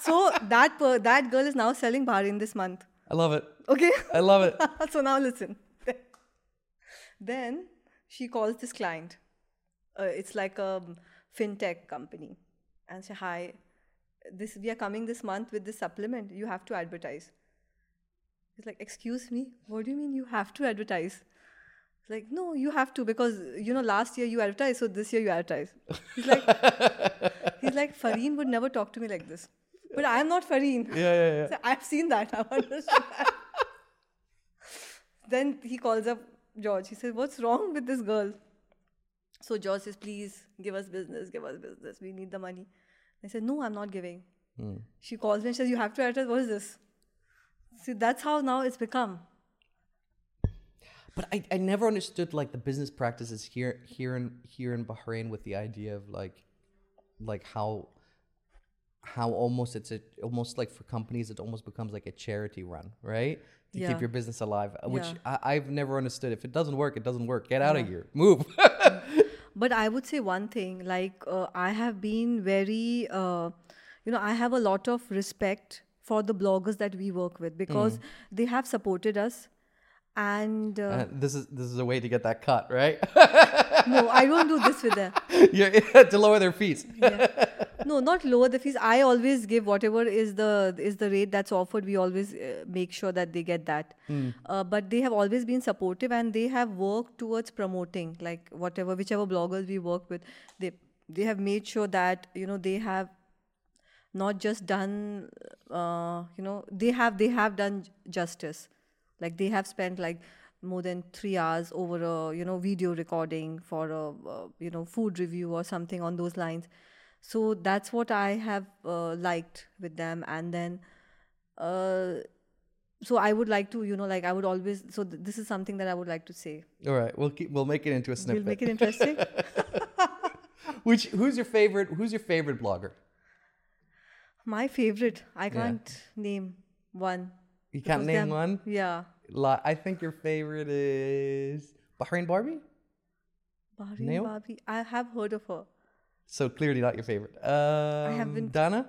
Speaker 2: So that per- that girl is now selling Bahrain this month.
Speaker 1: I love it.
Speaker 2: Okay.
Speaker 1: I love it.
Speaker 2: so now listen. then she calls this client. Uh, it's like a fintech company, and say, "Hi, this we are coming this month with this supplement. You have to advertise." It's like, "Excuse me, what do you mean you have to advertise?" It's like, "No, you have to because you know last year you advertised, so this year you advertise." He's like, "He's like Fareen would never talk to me like this." But I'm not Fareen.
Speaker 1: Yeah, yeah, yeah.
Speaker 2: So I've seen that. I've understood that. then he calls up George. He says, What's wrong with this girl? So George says, Please give us business, give us business. We need the money. I said, No, I'm not giving. She calls me and says, You have to address. What is this? See, that's how now it's become.
Speaker 1: But I, I never understood like the business practices here here in here in Bahrain with the idea of like like how how almost it's a, almost like for companies it almost becomes like a charity run, right? To
Speaker 2: Yeah.
Speaker 1: keep your business alive, uh, which I,
Speaker 2: Yeah.
Speaker 1: I've never understood. If it doesn't work, it doesn't work. Get out of here. Move.
Speaker 2: But I would say one thing like, uh, I have been very, uh, you know, I have a lot of respect for the bloggers that we work with because they have supported us. And uh,
Speaker 1: Uh, this is this is a way to get that cut, right?
Speaker 2: no, I don't do this with them.
Speaker 1: yeah, to lower their fees.
Speaker 2: No, not lower the fees. I always give whatever is the is the rate that's offered. We always uh, make sure that they get that. Uh, but they have always been supportive and they have worked towards promoting like whatever whichever bloggers we work with. They they have made sure that you know they have not just done uh, you know they have they have done j- justice like they have spent like more than 3 hours over a you know video recording for a uh, you know food review or something on those lines so that's what i have uh, liked with them and then uh, so i would like to you know like i would always so th- this is something that i would like to say
Speaker 1: All right, we'll keep, we'll make it into a
Speaker 2: we'll
Speaker 1: snippet.
Speaker 2: make it interesting
Speaker 1: Which who's your favorite? Who's your favorite blogger?
Speaker 2: my favorite i can't name one
Speaker 1: You can't
Speaker 2: Because
Speaker 1: name
Speaker 2: them-
Speaker 1: one.
Speaker 2: yeah
Speaker 1: Li- I think your favorite is Bahrain Barbie.
Speaker 2: Bahrain
Speaker 1: Nail?
Speaker 2: Barbie. I have heard of her.
Speaker 1: So clearly not your favorite. Um,
Speaker 2: haven't.
Speaker 1: Donna.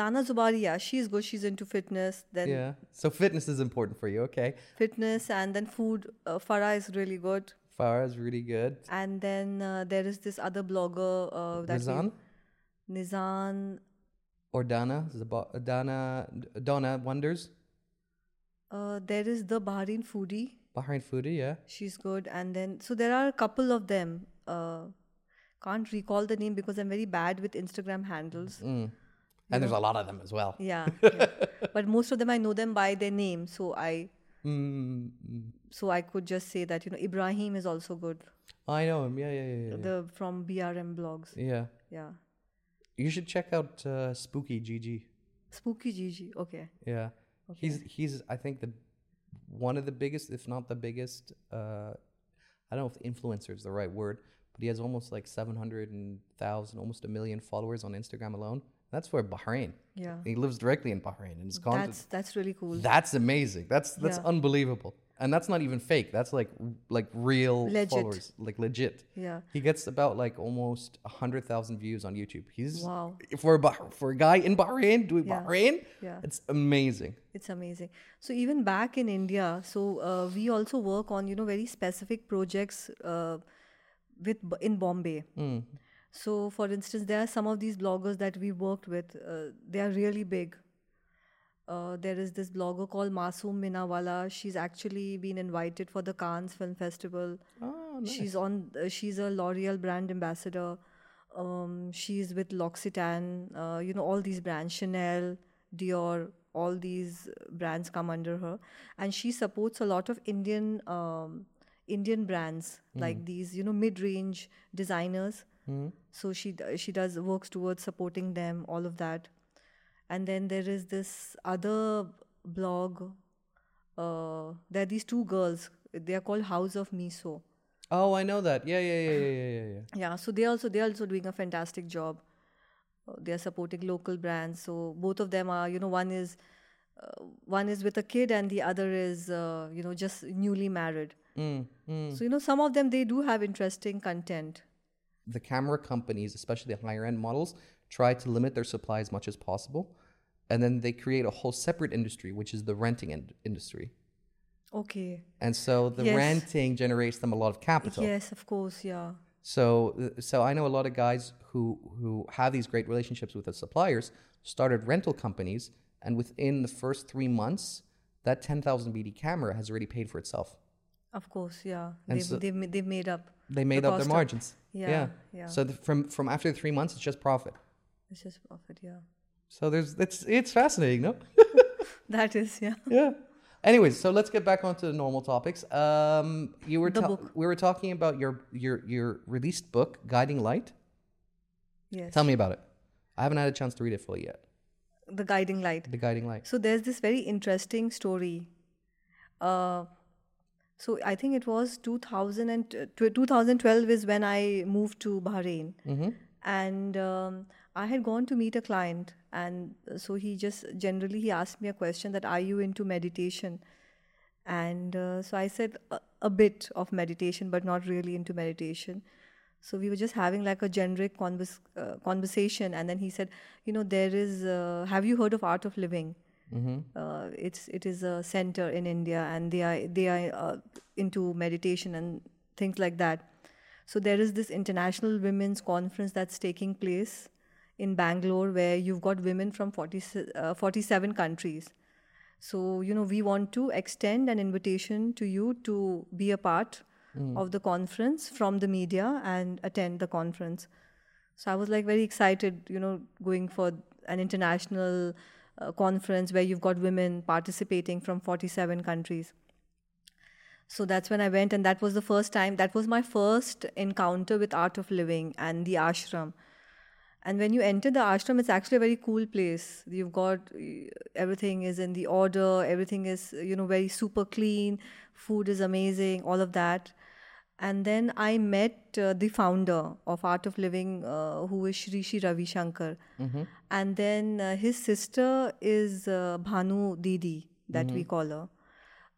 Speaker 2: Dana Zubari, yeah, she's good. She's into fitness, then
Speaker 1: Yeah. So fitness is important for you. Okay.
Speaker 2: fitness, and then food. Uh, Farah is really good.
Speaker 1: Farah is really good.
Speaker 2: And then uh, there is this other blogger. Uh, that we-
Speaker 1: Razan
Speaker 2: Nizan.
Speaker 1: or Donna. Zaba- Donna. Donna wonders.
Speaker 2: Uh, there is the Bahrain foodie.
Speaker 1: Bahrain foodie. Yeah.
Speaker 2: She's good. And then, so there are a couple of them. Uh, can't recall the name because I'm very bad with Instagram handles.
Speaker 1: And there's a lot of them as well.
Speaker 2: Yeah. yeah. but most of them, I know them by their name. So I.
Speaker 1: Mm,
Speaker 2: So I could just say that you know Ibrahim is also good.
Speaker 1: I know him. Yeah. Yeah. Yeah. Yeah.
Speaker 2: the from BRM blogs.
Speaker 1: yeah.
Speaker 2: Yeah,
Speaker 1: You should check out uh, Spooky Gigi.
Speaker 2: spooky Gigi. Okay,
Speaker 1: Yeah. He's he's I think the one of the biggest, if not the biggest, uh I don't know if influencer is the right word, but he has almost like seven hundred and thousand, almost a million followers on Instagram alone. That's for Bahrain.
Speaker 2: Yeah.
Speaker 1: He lives directly in Bahrain and his content.
Speaker 2: That's that's really cool.
Speaker 1: That's amazing. That's that's
Speaker 2: Yeah.
Speaker 1: unbelievable. And that's not even fake. That's like like real
Speaker 2: Legit.
Speaker 1: followers, like legit.
Speaker 2: Yeah.
Speaker 1: He gets about like almost hundred thousand views on YouTube. He's
Speaker 2: Wow.
Speaker 1: for a Bah- for a guy in Bahrain doing
Speaker 2: Yeah.
Speaker 1: Bahrain.
Speaker 2: Yeah.
Speaker 1: it's amazing.
Speaker 2: It's amazing. So even back in India, so uh, we also work on you know very specific projects uh, with B- in Bombay.
Speaker 1: Hmm.
Speaker 2: So for instance, there are some of these bloggers that we worked with. Uh, they are really big. Uh, there is this blogger called Masoom Minawala. She's actually been invited for the Cannes Film Festival.
Speaker 1: Oh, nice.
Speaker 2: She's on. Uh, she's a L'Oreal brand ambassador. Um, she's with L'Occitane. Uh, you know all these brands, Chanel, Dior. All these brands come under her, and she supports a lot of Indian um, Indian brands
Speaker 1: Hmm.
Speaker 2: like these. You know mid-range designers. So she d- she does works towards supporting them. All of that, and then there is this other blog. Uh, there are these two girls. They are called House of Miso.
Speaker 1: oh, I know that. Yeah, yeah, yeah, yeah, yeah, yeah.
Speaker 2: Yeah, so they also they're also doing a fantastic job. Uh, They are supporting local brands. So both of them are, you know, one is uh, one is with a kid and the other is, uh, you know, just newly married.
Speaker 1: Mm, mm.
Speaker 2: So you know, some of them they do have interesting content.
Speaker 1: the camera companies, especially the higher end models, try to limit their supply as much as possible. And then they create a whole separate industry, which is the renting ind- industry.
Speaker 2: Okay.
Speaker 1: And so the
Speaker 2: Yes.
Speaker 1: renting generates them a lot of capital.
Speaker 2: Yes, of course. Yeah.
Speaker 1: So, uh, so I know a lot of guys who who have these great relationships with the suppliers started rental companies, and within the first three months, that ten thousand BD camera has already paid for itself.
Speaker 2: Of course. Yeah.
Speaker 1: And
Speaker 2: They
Speaker 1: so-
Speaker 2: they ma- they made up.
Speaker 1: They made up
Speaker 2: cost
Speaker 1: their
Speaker 2: of-
Speaker 1: margins.
Speaker 2: Yeah, yeah.
Speaker 1: So the, from from after three months, it's just profit.
Speaker 2: It's just profit. Yeah.
Speaker 1: So there's it's it's fascinating, no?
Speaker 2: That is yeah.
Speaker 1: yeah. Anyways, so let's get back onto the normal topics. Um, you were
Speaker 2: The
Speaker 1: ta-
Speaker 2: book.
Speaker 1: we were talking about your your your released book, Guiding Light.
Speaker 2: Yes.
Speaker 1: Tell me about it. I haven't had a chance to read it fully yet.
Speaker 2: The guiding light.
Speaker 1: The Guiding Light.
Speaker 2: So there's this very interesting story. Uh, so I think it was 2000 and, uh, tw- 2012 is when I moved to Bahrain, and um, I had gone to meet a client, and uh, so he just generally he asked me a question that Are you into meditation? And uh, so I said a, a bit of meditation, but not really into meditation. So we were just having like a generic convers- uh, conversation, and then he said, "You know, there is. Uh, have you heard of Art of Living?
Speaker 1: Mm-hmm.
Speaker 2: Uh, it's it is a center in India, and they are they are uh, into meditation and things like that. So there is this international women's conference that's taking place in Bangalore, where you've got women from 40, uh, 47 countries. So, you know, we want to extend an invitation to you to be a part of the conference from the media and attend the conference. So I was like very excited, you know, going for an international uh, conference where you've got women participating from 47 countries. So that's when I went, and that was the first time, that was my first encounter with Art of Living and the ashram. And when you enter the ashram, it's actually a very cool place. You've got eh, everything is in the order, everything is, you know, very super clean, food is amazing, all of that. And then I met uh, the founder of Art of Living, uh, who is Shri Shri Ravi Shankar. And then uh, his sister is uh, Bhanu Didi, that we call her.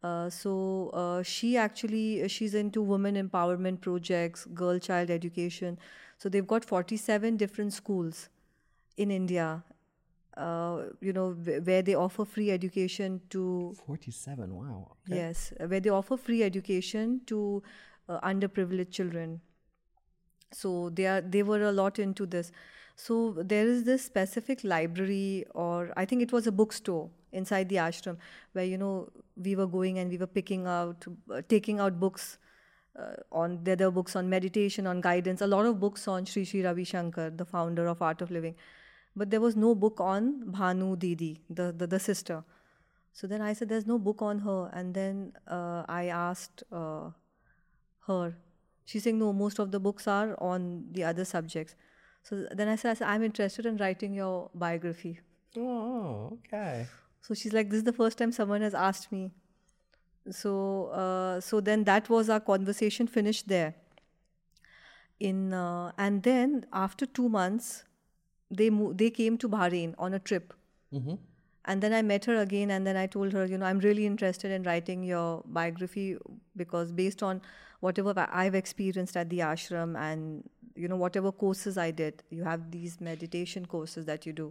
Speaker 2: Uh, so uh, she actually uh, she's into women empowerment projects girl child education so they've got 47 different schools in india uh, you know wh- where they offer free education to
Speaker 1: Forty-seven. Wow.
Speaker 2: Yes, uh, where they offer free education to uh, underprivileged children. So they are they were a lot into this. So there is this specific library, or I think it was a bookstore inside the ashram, where you know we were going and we were picking out, uh, taking out books. Uh, on there, there were books on meditation, on guidance, a lot of books on Sri Sri Ravi Shankar, the founder of Art of Living, but there was no book on Bhanu Didi, the the, the sister. So then I said, "There's no book on her." And then uh, I asked uh, her. She's saying, "No, most of the books are on the other subjects." So th- then I said, I said, "I'm interested in writing your biography."
Speaker 1: Oh, okay.
Speaker 2: So she's like, "This is the first time someone has asked me." So uh, so then that was our conversation finished there. In uh, and then after two months, they mo- they came to Bahrain on a trip,
Speaker 1: Mhm.
Speaker 2: and then I met her again, and then I told her, you know, I'm really interested in writing your biography because based on whatever I- I've experienced at the ashram and you know whatever courses I did, you have these meditation courses that you do.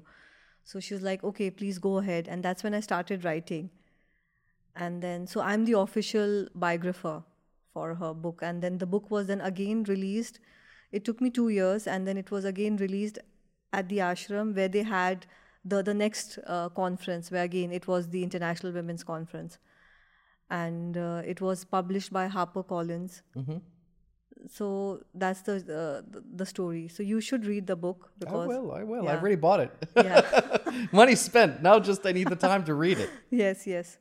Speaker 2: So she was like, okay, please go ahead, and that's when I started writing, and then so I'm the official biographer for her book, and then the book was then again released. It took me two years, and then it was again released at the ashram where they had the the next uh, conference where again it was the international women's conference and uh, it was published by harpercollins
Speaker 1: Mhm.
Speaker 2: so that's the, uh, the the story so you should read the book
Speaker 1: I
Speaker 2: because
Speaker 1: will. I will. I
Speaker 2: yeah.
Speaker 1: already bought it.
Speaker 2: yeah
Speaker 1: Money spent. Now just I need the time to read it.
Speaker 2: yes yes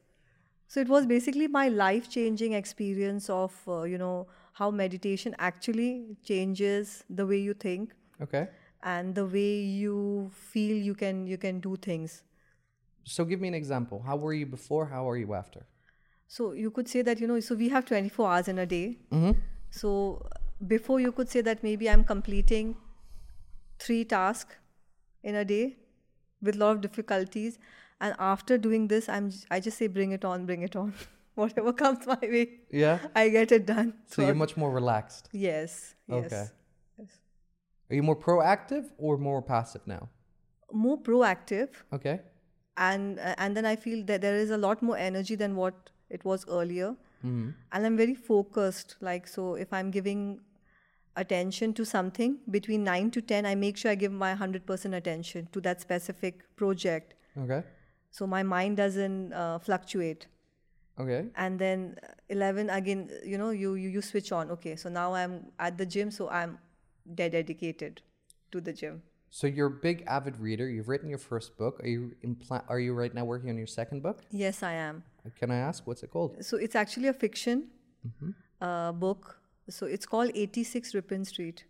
Speaker 2: so it was basically my life changing experience of uh, you know how meditation actually changes the way you think
Speaker 1: Okay.
Speaker 2: and the way you feel you can you can do things
Speaker 1: So give me an example. How were you before? How are you after?
Speaker 2: So you could say that, you know, so we have 24 hours in a day.
Speaker 1: Mhm.
Speaker 2: So before you could say that maybe I'm completing three tasks in a day with a lot of difficulties. And after doing this, I'm j- I just say, bring it on, bring it on. Whatever comes my way,
Speaker 1: Yeah.
Speaker 2: I get it done.
Speaker 1: So you're much more relaxed.
Speaker 2: yes, yes.
Speaker 1: Okay.
Speaker 2: yes.
Speaker 1: Are you more proactive or more passive now?
Speaker 2: More proactive.
Speaker 1: Okay.
Speaker 2: And, uh, and then I feel that there is a lot more energy than what it was earlier.
Speaker 1: hmm
Speaker 2: and I'm very focused. Like, so if I'm giving attention to something between 9 to 10, I make sure I give my 100% attention to that specific project.
Speaker 1: Okay.
Speaker 2: So my mind doesn't uh, fluctuate.
Speaker 1: Okay.
Speaker 2: And then uh, 11, again, you know, you, you, you switch on. Okay, so now I'm at the gym, so I'm de- dedicated to the gym.
Speaker 1: So you're a big avid reader. You've written your first book. Are you impl- Are you right now working on your second book? Uh,
Speaker 2: Yes, I am.
Speaker 1: Can I ask what's it called?
Speaker 2: So it's actually a fiction
Speaker 1: Mm-hmm.
Speaker 2: uh, book. So it's called 86 Ripon Street.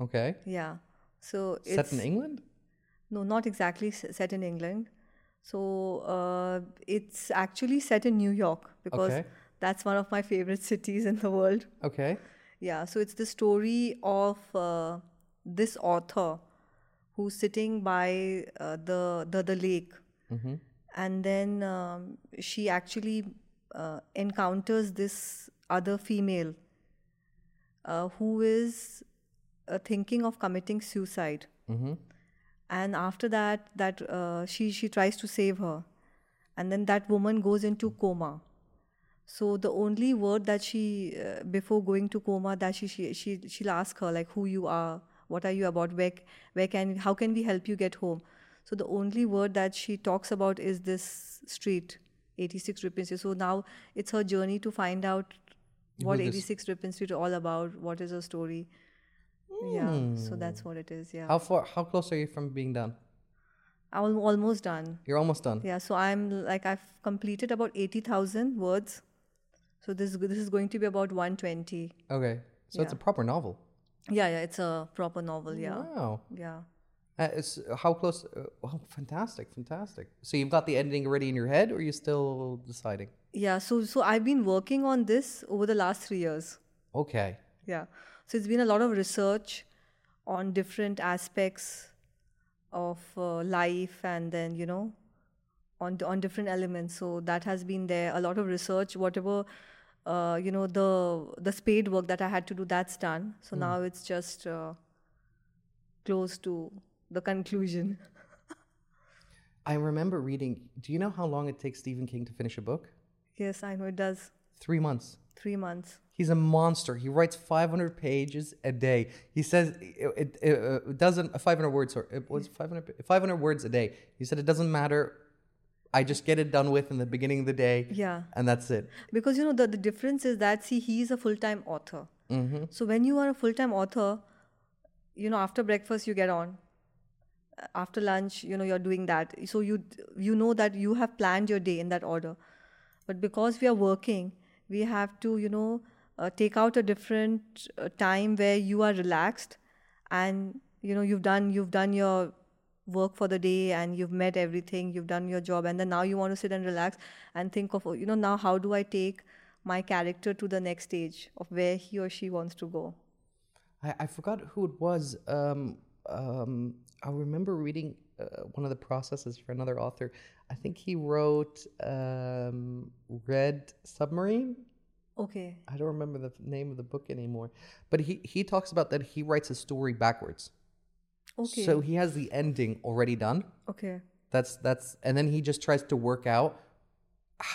Speaker 1: Okay.
Speaker 2: Yeah. So it's
Speaker 1: Set in England.
Speaker 2: no not exactly s- set in england so uh, it's actually set in new york because
Speaker 1: Okay.
Speaker 2: that's one of my favorite cities in the world
Speaker 1: Okay.
Speaker 2: yeah so it's the story of uh, this author who's sitting by uh, the, the the lake
Speaker 1: Mm-hmm.
Speaker 2: and then um, she actually uh, encounters this other female uh, who is uh, thinking of committing suicide
Speaker 1: Mm-hmm.
Speaker 2: and after that that uh, she she tries to save her and then that woman goes into coma so the only word that she uh, before going to coma that she, she she she'll ask her like who you are what are you about where c- where can how can we help you get home so the only word that she talks about is this street 86 Ripon Street so now it's her journey to find out what
Speaker 1: this-
Speaker 2: 86 Ripon Street is all about what is her story yeah so that's what it is yeah
Speaker 1: How far? How close are you from being done?
Speaker 2: I'm almost done
Speaker 1: You're almost done.
Speaker 2: Yeah, so I'm like I've completed about eighty thousand words. So this this is going to be about one twenty.
Speaker 1: Okay. So it's a
Speaker 2: Yeah.
Speaker 1: proper novel.
Speaker 2: Yeah, yeah, it's a proper novel. Yeah,
Speaker 1: Wow.
Speaker 2: yeah,
Speaker 1: Uh, it's, how close? Uh, oh, fantastic, fantastic. So you've got the ending already in your head, or are you still deciding?
Speaker 2: yeah. So so I've been working on this over the last three years.
Speaker 1: Okay.
Speaker 2: Yeah, so it's been a lot of research on different aspects of uh, life, and then you know on d- on different elements. So that has been there. A lot of research, whatever uh, you know, the the spade work that I had to do, that's done. So now it's just uh, close to the conclusion.
Speaker 1: I remember reading. Do you know how long it takes Stephen King to finish a book?
Speaker 2: Yes, I know it does.
Speaker 1: Three months.
Speaker 2: Three months.
Speaker 1: He's a monster. He writes 500 pages a day. He says it, it, it doesn't, uh, 500 words, or it was 500, pa- 500 words a day. He said it doesn't matter. I just get it done with in the beginning of the day.
Speaker 2: Yeah.
Speaker 1: And that's it.
Speaker 2: because you know the, the difference is that see he's a full-time author so when you are a full-time author you know after breakfast you get on Uh, after lunch you know you're doing that so you you know that you have planned your day in that order but because we are working we have to you know uh, take out a different uh, time where you are relaxed and you know you've done you've done your work for the day and you've met everything you've done your job and then now you want to sit and relax and think of oh, you know now how do i take my character to the next stage of where he or she wants to go
Speaker 1: I, I forgot who it was. Um, um, I remember reading uh, one of the processes for another author. I think he wrote um, Red Submarine.
Speaker 2: Okay.
Speaker 1: I don't remember the f- name of the book anymore, but he he talks about that he writes a story backwards.
Speaker 2: Okay.
Speaker 1: So he has the ending already done.
Speaker 2: okay.
Speaker 1: That's that's and then he just tries to work out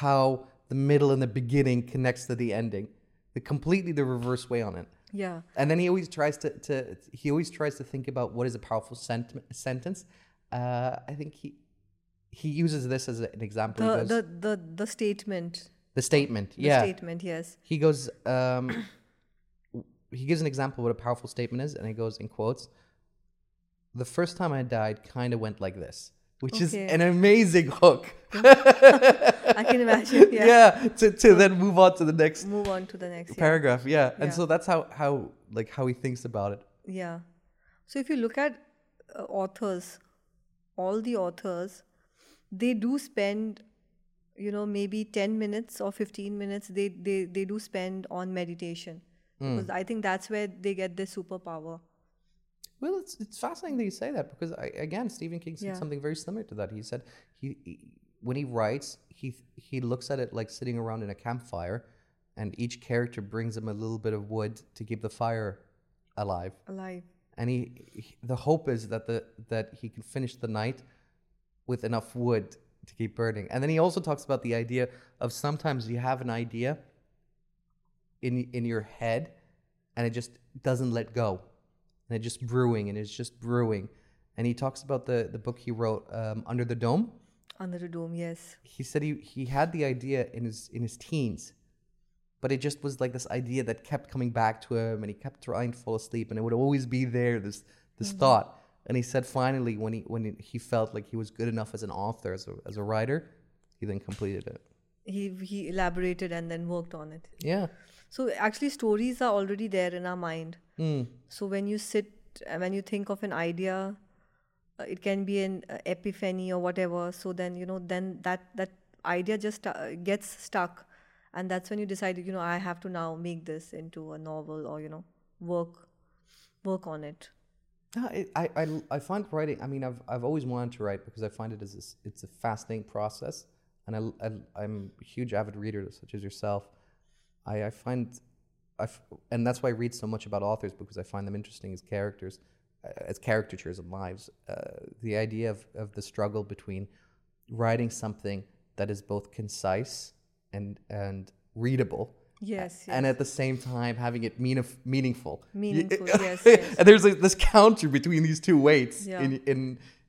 Speaker 1: how the middle and the beginning connects to the ending. The completely the reverse way on it.
Speaker 2: Yeah.
Speaker 1: And then he always tries to, to he always tries to think about what is a powerful sent- sentence. Uh, I think he he uses this as an example. he
Speaker 2: The,
Speaker 1: goes,
Speaker 2: the the the statement.
Speaker 1: the statement.
Speaker 2: The
Speaker 1: yeah.
Speaker 2: statement. Yes.
Speaker 1: He goes, um, he gives an example of what a powerful statement is, and he goes in quotes, the first time I died kind of went like this, which is
Speaker 2: Okay.
Speaker 1: an amazing hook.
Speaker 2: I can imagine. Yeah.
Speaker 1: to, to then move on to the next
Speaker 2: Move on to the next. Yeah.
Speaker 1: paragraph. Yeah. And
Speaker 2: Yeah.
Speaker 1: so that's how, how, like, how he thinks about it.
Speaker 2: Yeah. So if you look at uh, authors, all the authors, they do spend, you know, maybe 10 minutes or 15 minutes, they, they, they do spend on meditation. Because I think that's where they get their superpower.
Speaker 1: Well, it's, it's fascinating that you say that because, I, again, Stephen King said
Speaker 2: Yeah.
Speaker 1: something very similar to that. He said he, he when he writes, he he looks at it like sitting around in a campfire, and each character brings him a little bit of wood to keep the fire alive.
Speaker 2: Alive.
Speaker 1: And he, he the hope is that the that he can finish the night with enough wood to keep burning. And then he also talks about the idea of sometimes you have an idea in in your head and it just doesn't let go and it's just brewing and it's just brewing and he talks about the the book he wrote um, under the dome
Speaker 2: Under the dome, yes.
Speaker 1: he said he, he had the idea in his in his teens but it just was like this idea that kept coming back to him and he kept trying to fall asleep and it would always be there this this thought and he said finally when he when he felt like he was good enough as an author as a, as a writer he then completed it
Speaker 2: He, he elaborated and then worked on it.
Speaker 1: yeah
Speaker 2: So actually, stories are already there in our mind.
Speaker 1: Mm.
Speaker 2: So when you sit, uh, when you think of an idea, uh, it can be an uh, epiphany or whatever. So then you know, then that that idea just uh, gets stuck, and that's when you decide, you know, I have to now make this into a novel or you know, work work on it.
Speaker 1: No, it, I, I I find writing. I mean, I've I've always wanted to write because I find it is this, it's a fascinating process, and I, I am a huge avid reader such as yourself. I I find I f- and that's why I read so much about authors because I find them interesting as characters, uh, as caricatures of lives. Uh, the idea of of the struggle between writing something that is both concise and and readable
Speaker 2: Yes, yes.
Speaker 1: and at the same time having it meanif- meaningful. Y-
Speaker 2: Meaningful, yes, yes.
Speaker 1: and there's like this counter between these two weights
Speaker 2: Yeah.
Speaker 1: in in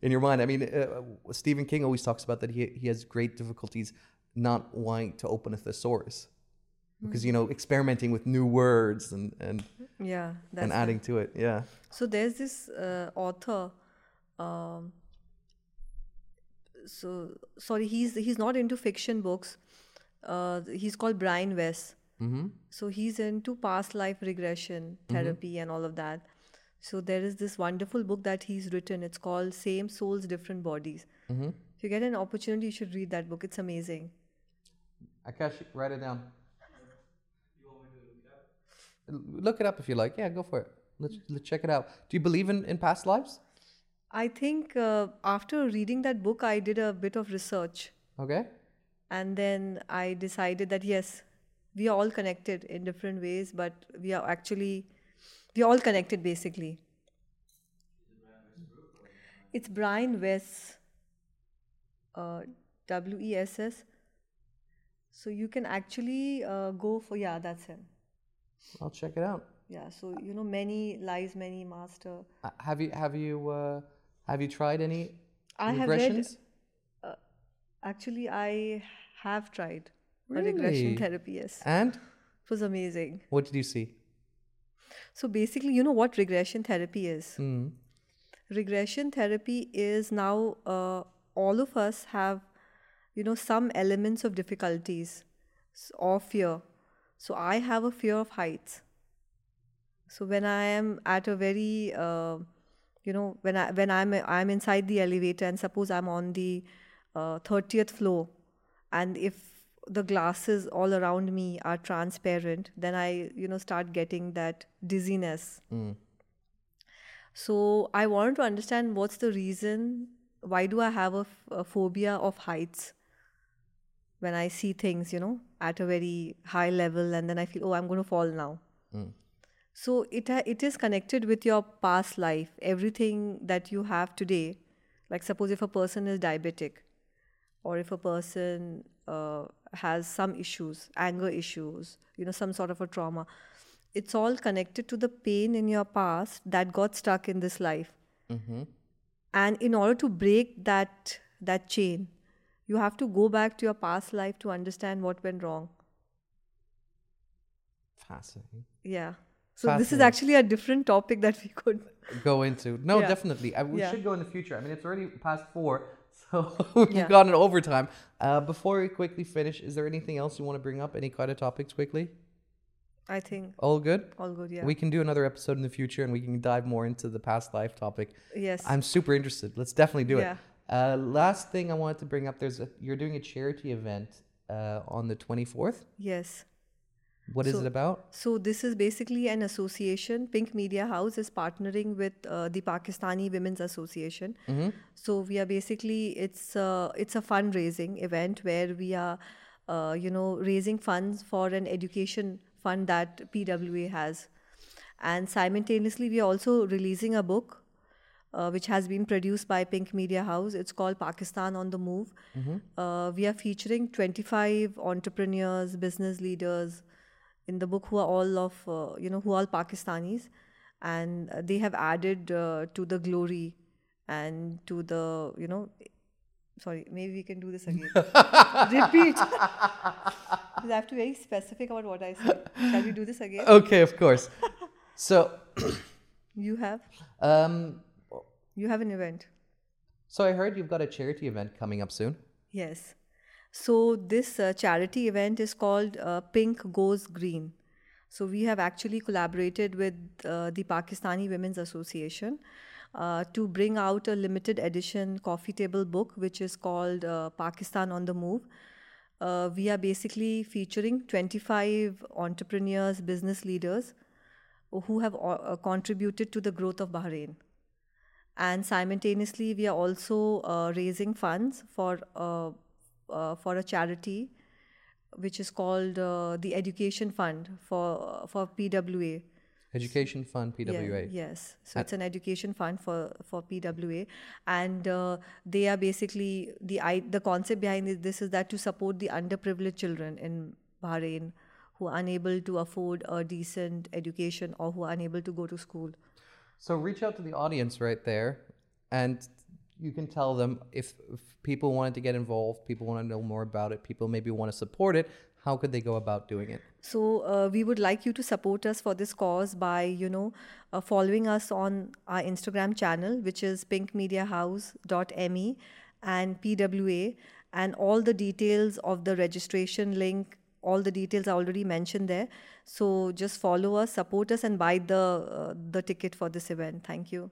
Speaker 1: in your mind. I mean, uh, Stephen King always talks about that he he has great difficulties not wanting to open a thesaurus because you know experimenting with new words and and
Speaker 2: yeah, Mm. that's
Speaker 1: and adding to it. Yeah.
Speaker 2: So there's this uh, author. Um, so sorry, he's he's not into fiction books. Uh, he's called Brian West.
Speaker 1: Mm-hmm.
Speaker 2: So he's into past life regression therapy and all of that. So there is this wonderful book that he's written. It's called Same Souls, Different Bodies.
Speaker 1: Mhm.
Speaker 2: If you get an opportunity, you should read that book. It's amazing.
Speaker 1: Akash, write it down. Look it up if you like. Yeah, go for it. Let's, let's check it out. Do you believe in, in past lives?
Speaker 2: I think uh, after reading that book, I did a bit of research.
Speaker 1: Okay.
Speaker 2: and then i decided that yes we are all connected in different ways but we are actually we are all connected basically it's brian wess uh, w-e-s-s so you can actually uh, go for yeah that's him
Speaker 1: I'll check it out.
Speaker 2: yeah so you know many lives many master
Speaker 1: Uh, have you have you uh, have you tried any
Speaker 2: i
Speaker 1: regressions?
Speaker 2: have read actually i have tried a regression
Speaker 1: Really?
Speaker 2: therapy yes
Speaker 1: and
Speaker 2: it was amazing
Speaker 1: what did you see?
Speaker 2: So basically, you know what regression therapy is?
Speaker 1: Mm.
Speaker 2: Regression therapy is now uh, all of us have, you know, some elements of difficulties s- or fear. So I have a fear of heights. So when I am at a very, uh, you know, when I when I'm I'm inside the elevator and suppose I'm on the uh, thirtieth floor, and if the glasses all around me are
Speaker 1: mm.
Speaker 2: transparent, then I you know start getting that dizziness. So I wanted to understand what's the reason. Why do I have a, f- a phobia of heights? When I see things, you know, at a very high level, and then I feel, oh, I'm going to fall now. So it ha- it is connected with your past life. Everything that you have today, like suppose if a person is diabetic, or if a person uh, has some issues, anger issues, you know, some sort of a trauma, it's all connected to the pain in your past that got stuck in this life. And in order to break that that chain, you have to go back to your past life to understand what went wrong.
Speaker 1: Fascinating.
Speaker 2: Yeah. So this is actually a different topic that we could.
Speaker 1: Go into no,
Speaker 2: Yeah.
Speaker 1: definitely. I, we
Speaker 2: Yeah.
Speaker 1: should go in the future. I mean, it's already past four, so we've
Speaker 2: Yeah.
Speaker 1: gone in overtime. Uh, before we quickly finish, is there anything else you want to bring up? Any kind of topics quickly?
Speaker 2: I think
Speaker 1: All good.
Speaker 2: all good. Yeah.
Speaker 1: We can do another episode in the future, and we can dive more into the past life topic.
Speaker 2: yes.
Speaker 1: I'm super interested. Let's definitely do
Speaker 2: Yeah.
Speaker 1: it. Uh, last thing I wanted to bring up: there's a, you're doing a charity event uh, on the 24th.
Speaker 2: yes.
Speaker 1: What is
Speaker 2: So-
Speaker 1: it about?
Speaker 2: So this is basically an association. Pink Media House is partnering with uh, the Pakistani Women's Association.
Speaker 1: Mm-hmm.
Speaker 2: So we are basically it's a, it's a fundraising event where we are, uh, you know, raising funds for an education fund that PWA has, and simultaneously we are also releasing a book. Uh, which has been produced by Pink Media House. It's called Pakistan on the Move. Uh, we are featuring 25 entrepreneurs, business leaders, in the book who are all of uh, you know who are all pakistanis and uh, they have added uh, to the glory and to the you know sorry maybe we can do this again repeat 'Cause i have to be very specific about what i said shall we do this again
Speaker 1: Okay, of course. so,
Speaker 2: you have
Speaker 1: um,
Speaker 2: you have an event
Speaker 1: so I heard you've got a charity event coming up soon.
Speaker 2: Yes. So this uh, charity event is called uh, Pink Goes Green. So we have actually collaborated with uh, the Pakistani Women's Association uh, to bring out a limited edition coffee table book, which is called uh, Pakistan on the Move. Uh, we are basically featuring 25 entrepreneurs, business leaders who have o- uh, contributed to the growth of Bahrain and simultaneously we are also uh, raising funds for uh, uh, for a charity which is called uh, the education fund for uh, for pwa
Speaker 1: Education Fund
Speaker 2: Yeah,
Speaker 1: PWA.
Speaker 2: yes so it's an education fund for for pwa and uh, they are basically the I, the concept behind it- this is that to support the underprivileged children in bahrain who are unable to afford a decent education or who are unable to go to school
Speaker 1: So reach out to the audience right there, and you can tell them if, if people wanted to get involved, people want to know more about it, people maybe want to support it. How could they go about doing it?
Speaker 2: So uh, we would like you to support us for this cause by, you know, uh, following us on our Instagram channel, which is pinkmediahouse.me and PWA, and all the details of the registration link. All the details are already mentioned there. So just follow us, support us, and buy the uh, the ticket for this event. Thank you.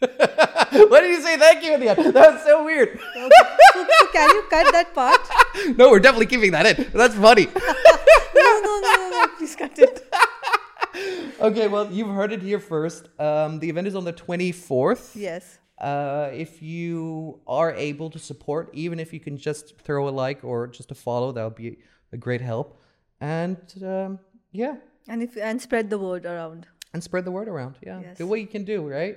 Speaker 1: Why did you say thank you at the end? That was so weird.
Speaker 2: So, so can you cut that part?
Speaker 1: No, we're definitely keeping that in. That's funny.
Speaker 2: No, no, no, no, no. Please cut it.
Speaker 1: Okay, well, you've heard it here first. Um, the event is on the 24th.
Speaker 2: Yes.
Speaker 1: Uh, if you are able to support, even if you can just throw a like or just a follow, that would be a great help. And um, yeah,
Speaker 2: And if and spread the word around.
Speaker 1: and spread the word around. Yeah,
Speaker 2: Yes.
Speaker 1: do what you can do, right?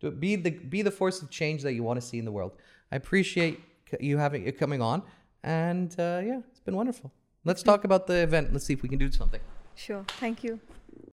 Speaker 1: Do, be the be the force of change that you want to see in the world. I appreciate c- you having you coming on, and uh, yeah, it's been wonderful. Let's talk about the event. Let's see if we can do something.
Speaker 2: Sure. Thank you.